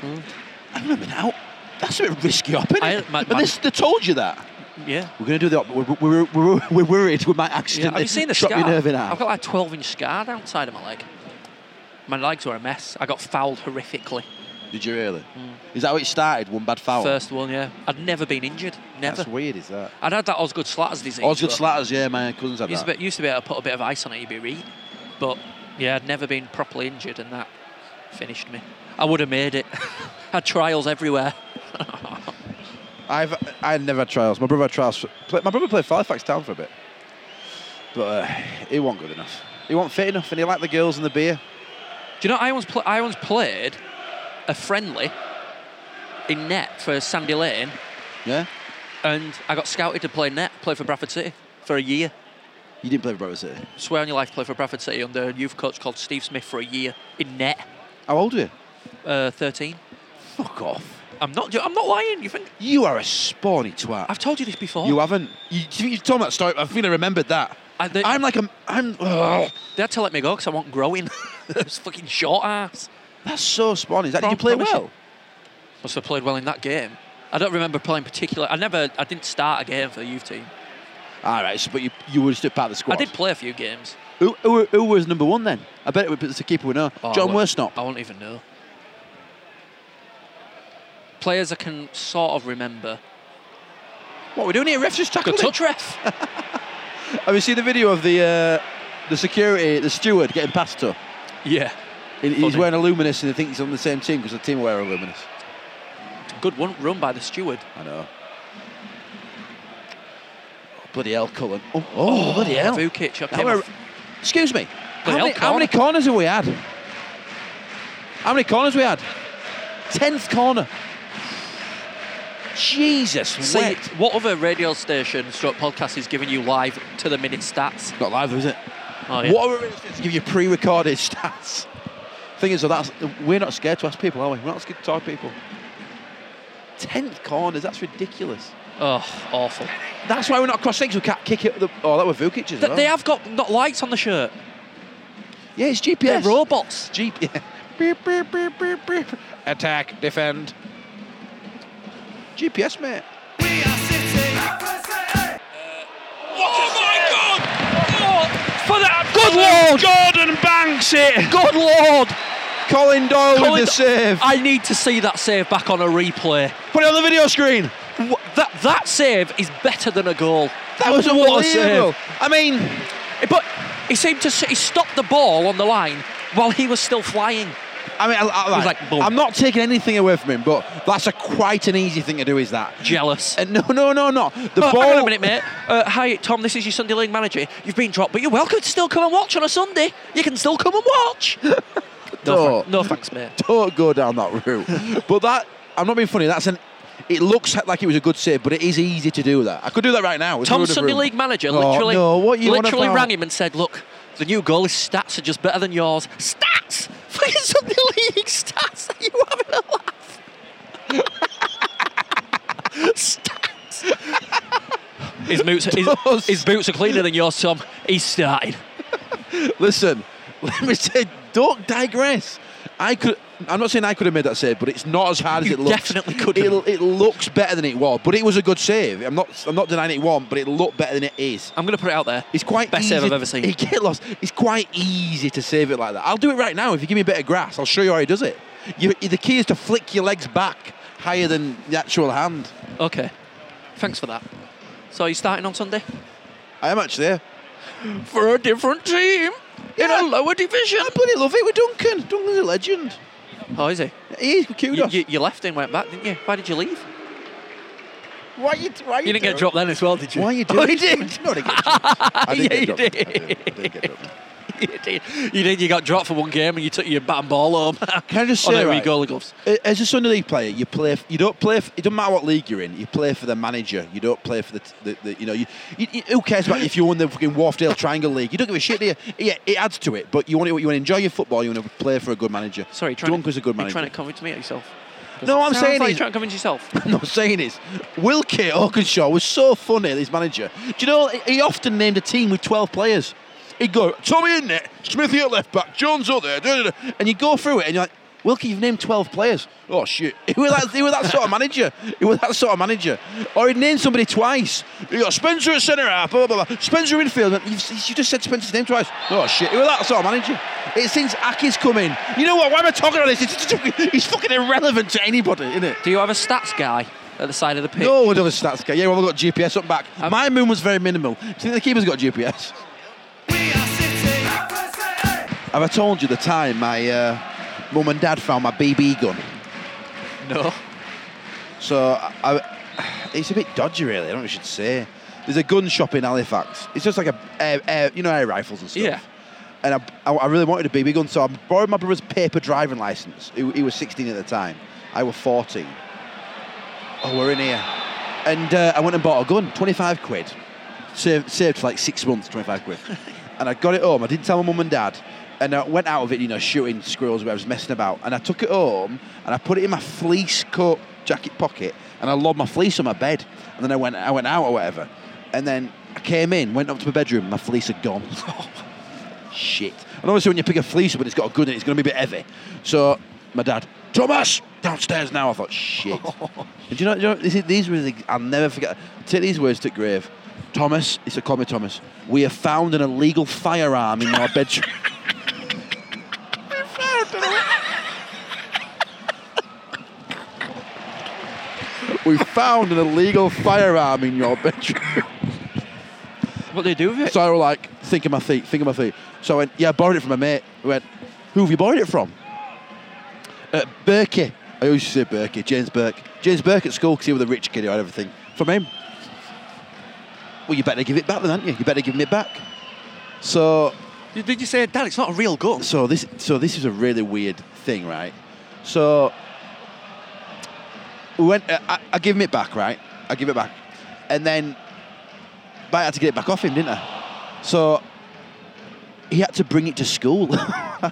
Speaker 3: Hang on a minute, out. That's a bit risky, up, isn't
Speaker 2: I-
Speaker 3: it?
Speaker 2: my-
Speaker 3: and
Speaker 2: my-
Speaker 3: this, they told you that.
Speaker 2: Yeah.
Speaker 3: We're going to do the. op- We're, we're, we're, we're worried we might accidentally
Speaker 2: Yeah, have you seen the
Speaker 3: chop
Speaker 2: scar?
Speaker 3: your nerve in
Speaker 2: I've
Speaker 3: half.
Speaker 2: got like a 12 inch scar down the side of my leg. My legs were a mess. I got fouled horrifically.
Speaker 3: Did you really? Is that how it started? One bad foul.
Speaker 2: First one, yeah. I'd never been injured. Never.
Speaker 3: Oh. That's weird, is that?
Speaker 2: I'd had that Osgood Slatters disease.
Speaker 3: Osgood
Speaker 2: but
Speaker 3: Slatters, yeah, my cousins had
Speaker 2: Used
Speaker 3: that.
Speaker 2: to, be, used to be able to put a bit of ice on it, you'd be right. But yeah, I'd never been properly injured, and that finished me. I would have made it. had trials everywhere.
Speaker 3: I've I never had trials. My brother had trials. For, play, my brother played for Halifax Town for a bit, but uh, he wasn't good enough. He wasn't fit enough, and he liked the girls and the beer.
Speaker 2: Do you know I once pl- I once played a friendly in net for Sandy Lane,
Speaker 3: Yeah,
Speaker 2: and I got scouted to play net, play for Bradford City for a year.
Speaker 3: you didn't play for Brother City.
Speaker 2: swear on your life, play for Bradford City under a youth coach called Steve Smith for a year in net,
Speaker 3: How old are you?
Speaker 2: uh, 13.
Speaker 3: Fuck off.
Speaker 2: I'm not. I'm not lying. You think
Speaker 3: You are a spawny twat.
Speaker 2: I've told you this before?
Speaker 3: you haven't. You, do you think you've told me that story? I think I remembered that.
Speaker 2: I- they-
Speaker 3: I'm like a. I'm. ugh.
Speaker 2: They had to let me go because I wasn't growing. I was fucking short ass.
Speaker 3: that's so spawny. Is that, did
Speaker 2: Prom-
Speaker 3: you play
Speaker 2: promise you.
Speaker 3: well?
Speaker 2: Must have played well in that game. I don't remember playing particular. I never. I didn't start a game for the youth team.
Speaker 3: All right, so, but you you were still part of the squad.
Speaker 2: I did play a few games.
Speaker 3: Who, who, who was number one then? I bet it was the keeper we know.
Speaker 2: Oh, I
Speaker 3: John
Speaker 2: won't-
Speaker 3: Worsnop.
Speaker 2: I won't even know. Players I can sort of remember.
Speaker 3: What are we doing here? Refs just
Speaker 2: Good
Speaker 3: tackled him.
Speaker 2: touch, ref.
Speaker 3: Have you seen the video of the uh, the security, the steward getting past her?
Speaker 2: yeah.
Speaker 3: He- He's
Speaker 2: Funny.
Speaker 3: wearing a luminous and he thinks he's on the same team because the team wear a luminous.
Speaker 2: Good one run by the steward.
Speaker 3: I know. Bloody hell, Cullen. Oh, oh, bloody hell.
Speaker 2: Vukic. I
Speaker 3: How
Speaker 2: came
Speaker 3: many-
Speaker 2: off-
Speaker 3: excuse me. How
Speaker 2: hell,
Speaker 3: many, how many corners have we had? How many corners we had? Tenth corner. Jesus,
Speaker 2: See,
Speaker 3: wet.
Speaker 2: what other radio station stroke podcast is giving you live to the minute stats?
Speaker 3: Not live, is it?
Speaker 2: Oh,
Speaker 3: What are we really supposed to give you pre-recorded stats? Thing is, though, that's we're not scared to ask people, are we? We're not scared to talk to people. Tenth corners, that's ridiculous.
Speaker 2: Oh, awful.
Speaker 3: That's why we're not crossing because we can't kick it. Up the, oh, that were Vukic as
Speaker 2: Th-
Speaker 3: well.
Speaker 2: they have got not lights on the shirt.
Speaker 3: yeah, it's GPS.
Speaker 2: They're robots.
Speaker 3: Jeep. Yeah. Beep, beep, beep, beep, beep. Attack, defend. GPS, mate.
Speaker 4: We are City. City.
Speaker 2: For that, good
Speaker 3: Gordon banks it.
Speaker 2: Good lord!
Speaker 3: Colin Doyle
Speaker 2: Colin-
Speaker 3: with the save.
Speaker 2: I need to see that save back on a replay.
Speaker 3: Put it on the video screen.
Speaker 2: Wha- That that save is better than a goal.
Speaker 3: That was
Speaker 2: What a
Speaker 3: unbelievable.
Speaker 2: save.
Speaker 3: I mean,
Speaker 2: But he seemed to s- he stopped the ball on the line while he was still flying.
Speaker 3: I mean, I, I,
Speaker 2: was
Speaker 3: like,
Speaker 2: like, boom.
Speaker 3: I'm not taking anything away from him, but that's a quite an easy thing to do. Is that?
Speaker 2: Jealous.
Speaker 3: And Uh, no, no, no, no. The
Speaker 2: Oh,
Speaker 3: ball.
Speaker 2: Hang on a minute, mate. Uh, hi, Tom. This is your Sunday League manager. You've been dropped, but you're welcome to still come and watch on a Sunday. You can still come and watch. no,
Speaker 3: No.
Speaker 2: thank- no thanks, mate.
Speaker 3: Don't go down that route. but that, I'm not being funny. That's an. It looks like it was a good save, but it is easy to do that. I could do that right now. It's
Speaker 2: Tom,
Speaker 3: ruined the
Speaker 2: Sunday
Speaker 3: room.
Speaker 2: League manager,
Speaker 3: Oh,
Speaker 2: literally,
Speaker 3: no, what you on
Speaker 2: literally
Speaker 3: about?
Speaker 2: rang him and said, "Look, the new goalie's stats are just better than yours. Stats, fucking Sunday League stats. Are you having a laugh? stats." his boots, his,
Speaker 3: Does.
Speaker 2: his boots are cleaner than yours, Tom. He's started.
Speaker 3: Listen, let me say, don't digress. I could. I'm not saying I could have made that save, but it's not as hard
Speaker 2: You
Speaker 3: as it looks.
Speaker 2: definitely could
Speaker 3: It,
Speaker 2: have.
Speaker 3: it looks better than it was, but it was a good save. I'm not. I'm not denying it was, but it looked better than it is.
Speaker 2: I'm going to put it out there.
Speaker 3: It's quite
Speaker 2: best
Speaker 3: easy.
Speaker 2: save I've ever seen.
Speaker 3: He get lost. It's quite easy to save it like that. I'll do it right now. If you give me a bit of grass, I'll show you how he does it. You, the key is to flick your legs back higher than the actual hand.
Speaker 2: Okay. Thanks for that. So you starting on Sunday?
Speaker 3: I am actually. Yeah.
Speaker 2: For a different team
Speaker 3: Yeah.
Speaker 2: in a lower division.
Speaker 3: I bloody love it with Duncan. Duncan's a legend.
Speaker 2: Oh, is he?
Speaker 3: He is
Speaker 2: You,
Speaker 3: kudos.
Speaker 2: you, you left and went back, didn't you? Why did you leave?
Speaker 3: why you? Why you,
Speaker 2: You didn't get
Speaker 3: doing-
Speaker 2: dropped then as well, did you?
Speaker 3: Why you
Speaker 2: Oh,
Speaker 3: doing?
Speaker 2: you did.
Speaker 3: No, I didn't get dropped. I did
Speaker 2: Yeah,
Speaker 3: get
Speaker 2: you
Speaker 3: dropped. I did. I did get dropped.
Speaker 2: you did. You did. You got dropped for one game and you took your bat and ball home.
Speaker 3: Can I just
Speaker 2: oh,
Speaker 3: say,
Speaker 2: no,
Speaker 3: right,
Speaker 2: you goalie gloves.
Speaker 3: a- as a Sunday League player, you play. f- You don't play. f- It doesn't matter what league you're in. You play for the manager. You don't play for the. t- the, the you know. You, you, you- who cares about if you won the fucking Wharfdale Triangle League? You don't give a shit. Do you? Yeah, it adds to it. But you want to, you want to enjoy your football. You want to play for a good manager.
Speaker 2: Sorry, you're trying
Speaker 3: Duncan's
Speaker 2: to,
Speaker 3: a good
Speaker 2: You're
Speaker 3: manager.
Speaker 2: trying to convince me at yourself.
Speaker 3: No, I'm
Speaker 2: Sounds
Speaker 3: saying
Speaker 2: like
Speaker 3: he's-
Speaker 2: you're trying to convince yourself.
Speaker 3: I'm not saying this. Wilkie Hawkinshaw was so funny, this manager. Do you know, he- he often named a team with 12 players. He'd go, Tommy in net, Smithy at left back, Jones up there, da, da, da. and you go through it and you're like, Wilkie, you've named 12 players. Oh, shit. He was that, he was that sort of manager. He was that sort of manager. Or he'd named somebody twice. You got Spencer at centre half, blah, blah, blah. Spencer midfield. And you've, you just said Spencer's name twice. Oh, shit. He was that sort of manager. It's since Aki's come in. You know what? Why am I talking about this? It's, he's fucking irrelevant to anybody, isn't it?
Speaker 2: Do you have a stats guy at the side of the pitch?
Speaker 3: No, we don't have a stats guy. Yeah, well, we've got GPS up back.
Speaker 2: Um,
Speaker 3: My moon was very minimal. Do you think the keeper's got GPS?
Speaker 4: We are City. Upper City.
Speaker 3: Have I told you the time my uh, mum and dad found my BB gun?
Speaker 2: No.
Speaker 3: So I, I- it's a bit dodgy, really. I don't know what you should say. There's a gun shop in Halifax. It's just like a, air, air, you know, air rifles and stuff.
Speaker 2: Yeah.
Speaker 3: And I, I, I really wanted a BB gun, so I borrowed my brother's paper driving license. He, he was 16 at the time. I was 14. Oh, we're in here. And uh, I went and bought a gun, 25 quid. Saved, saved for like six months, 25 quid. and I got it home. I didn't tell my mum and dad. And I went out of it, you know, shooting squirrels, where I was messing about. And I took it home and I put it in my fleece coat jacket pocket and I lobbed my fleece on my bed. And then I went, I went out or whatever. And then I came in, went up to my bedroom, my fleece had gone. Shit. And obviously, when you pick a fleece up and it's got a gun in it, it's going to be a bit heavy. So my dad, Thomas, downstairs now. I thought, shit. And do you know, do you know this is- these were the, I'll never forget. Take these words to grave. Thomas, it's a call me Thomas. We have found an illegal firearm in your bedroom. we found an illegal firearm in your bedroom.
Speaker 2: What do you do with it?
Speaker 3: So I was like, think of my feet, think of my feet. So I went, yeah, I borrowed it from a mate. He went, who have you borrowed it from? Uh, Berkey. I always say Berkey, James Burke. James Burke at school because he was a rich kid who had everything. From him. Well, you better give it back then, aren't you? You better give me it back. So
Speaker 2: Did- Did you say, Dad, it's not a real gun?
Speaker 3: so this so this is a really weird thing, right? So we went. I, I give him it back, right? I give it back, and then but I had to get it back off him, didn't I? So he had to bring it to school, and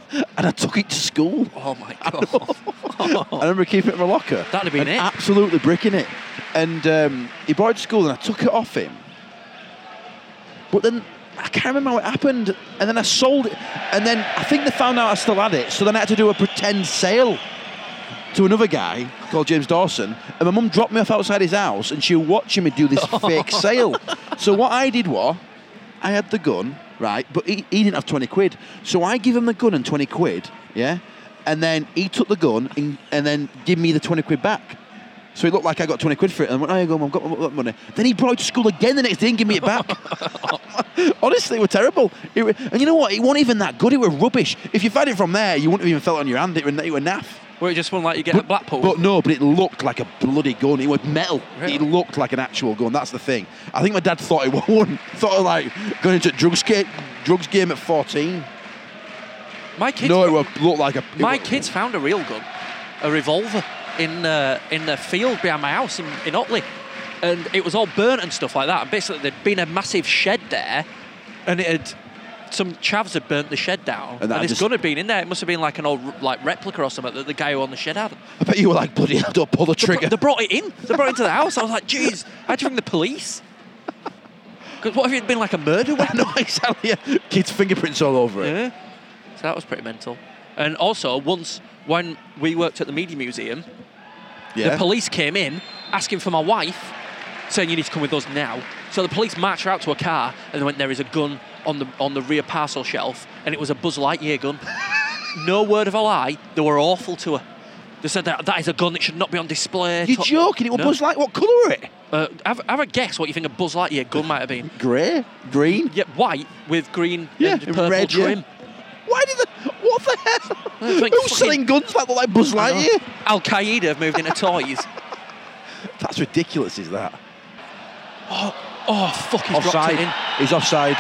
Speaker 3: I took it to school.
Speaker 2: Oh my god.
Speaker 3: I remember keeping it in my locker.
Speaker 2: That'd have been
Speaker 3: and
Speaker 2: it.
Speaker 3: Absolutely bricking it. And um, he brought it to school and I took it off him. But then I can't remember how it happened. And then I sold it. And then I think they found out I still had it. So then I had to do a pretend sale to another guy called James Dawson. And my mum dropped me off outside his house and she was watching me do this fake sale. So what I did was, I had the gun, right, but he, he didn't have 20 quid. So I give him the gun and 20 quid, yeah? and then he took the gun and, and then give me the 20 quid back. So it looked like I got 20 quid for it. And I went, oh, you go, Mum, I've got, I've got money. Then he brought it to school again the next day and gave me it back. Honestly, it was terrible. It were, and you know what? It wasn't even that good. It was rubbish. If you've had it from there, you wouldn't have even felt it on your hand. It were, it were naff.
Speaker 2: Where it just one like you get at Blackpool.
Speaker 3: But no, but it looked like a bloody gun. It was metal.
Speaker 2: Really?
Speaker 3: It looked like an actual gun. That's the thing. I think my dad thought it was one. Thought of like going into a drugs, ga- drugs game at 14.
Speaker 2: my kids,
Speaker 3: no, it was, looked like a. it
Speaker 2: my
Speaker 3: was-
Speaker 2: kids found a real gun, a revolver, in uh, in the field behind my house in, in Otley, and it was all burnt and stuff like that. And basically, there'd been a massive shed there, and it had some chavs had burnt the shed down, and,
Speaker 3: that
Speaker 2: this
Speaker 3: just-
Speaker 2: gun had been in there. It must have been like an old r- like replica or something that the guy who owned the shed had.
Speaker 3: I bet you were like, bloody hell, don't pull the
Speaker 2: They br-
Speaker 3: trigger.
Speaker 2: They brought it in. They brought it into the house. I was like, jeez, how'd you bring the police? Because what if it'd been like a murder weapon?
Speaker 3: no, exactly. Yeah. Kids' fingerprints all over it.
Speaker 2: Yeah. So that was pretty mental. And also, once when we worked at the Media Museum,
Speaker 3: Yeah.
Speaker 2: the police came in asking for my wife, saying you need to come with us now. So the police marched her out to a car, and they went, "There is a gun on the on the rear parcel shelf, and it was a Buzz Lightyear gun." no word of a lie, they were awful to her. They said that that is a gun that should not be on display.
Speaker 3: You're
Speaker 2: To-
Speaker 3: joking. It was
Speaker 2: No.
Speaker 3: Buzz Light. What colour were it?
Speaker 2: Uh, have, have a guess what you think a Buzz Lightyear gun might have been.
Speaker 3: Grey? Green?
Speaker 2: Yeah, white with green and purple
Speaker 3: red, yeah.
Speaker 2: trim.
Speaker 3: Why did the. What the hell?
Speaker 2: It's like
Speaker 3: Who's
Speaker 2: fucking-
Speaker 3: selling guns that look like Buzz Lightyear?
Speaker 2: Al Qaeda have moved into toys.
Speaker 3: That's ridiculous, is that?
Speaker 2: Oh, fuck, he's dropped it in.
Speaker 3: offside. He's offside.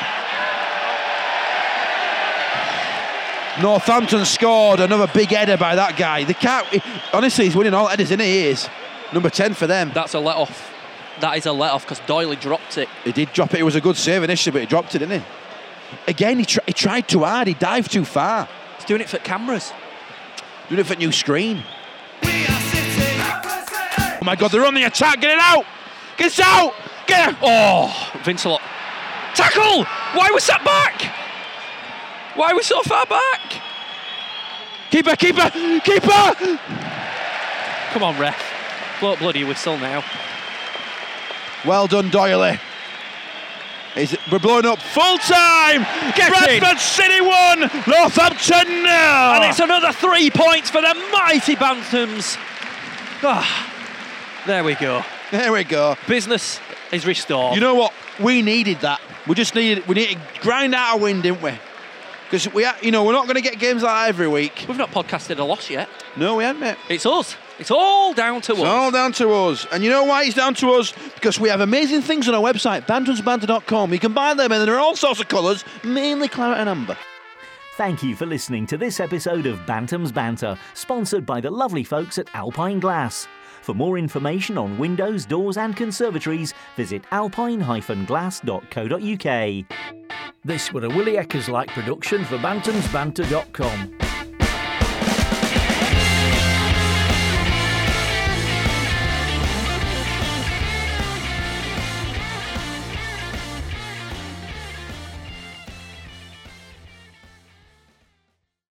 Speaker 3: Northampton scored another big header by that guy. The cat, honestly, he's winning all headers, isn't he? He is. Number 10 for them.
Speaker 2: That's a let off. That is a let off because Doyley dropped it.
Speaker 3: He did drop it. It was a good save initially, but he dropped it, didn't he? Again, he, tr- he tried too hard. He dived too far.
Speaker 2: He's doing it for cameras.
Speaker 3: Doing it for a new screen.
Speaker 4: We are City.
Speaker 3: Oh my God, they're on the attack. Get it out. Get it out. Get it.
Speaker 2: Oh, Vincelot. Tackle! Why was that back? Why was so far back?
Speaker 3: Keeper, keeper, keeper.
Speaker 2: Come on, ref. Blow up bloody whistle now.
Speaker 3: Well done, Doyley. Is it, we're blowing up full time.
Speaker 2: Get in.
Speaker 3: Bradford City won. Northampton nil.
Speaker 2: And it's another three points for the mighty Bantams. Ah, there we go.
Speaker 3: there we go.
Speaker 2: Business is restored.
Speaker 3: You know what? We needed that. We just needed. We needed to grind out a win, didn't we? Because we, ha- you know, we're not going to get games like that every week.
Speaker 2: We've not podcasted a loss yet.
Speaker 3: No, we haven't, mate.
Speaker 2: It's us. It's all down to us.
Speaker 3: It's all down to us. And you know why it's down to us? Because we have amazing things on our website, bantamsbanter.com. You can buy them and they're all sorts of colours, mainly claret and amber.
Speaker 1: Thank you for listening to this episode of Bantam's Banter, sponsored by the lovely folks at Alpine Glass. For more information on windows, doors, and conservatories, visit alpine-glass.co.uk.
Speaker 5: This were a Willie Eckers like production for BantamsBanter.com.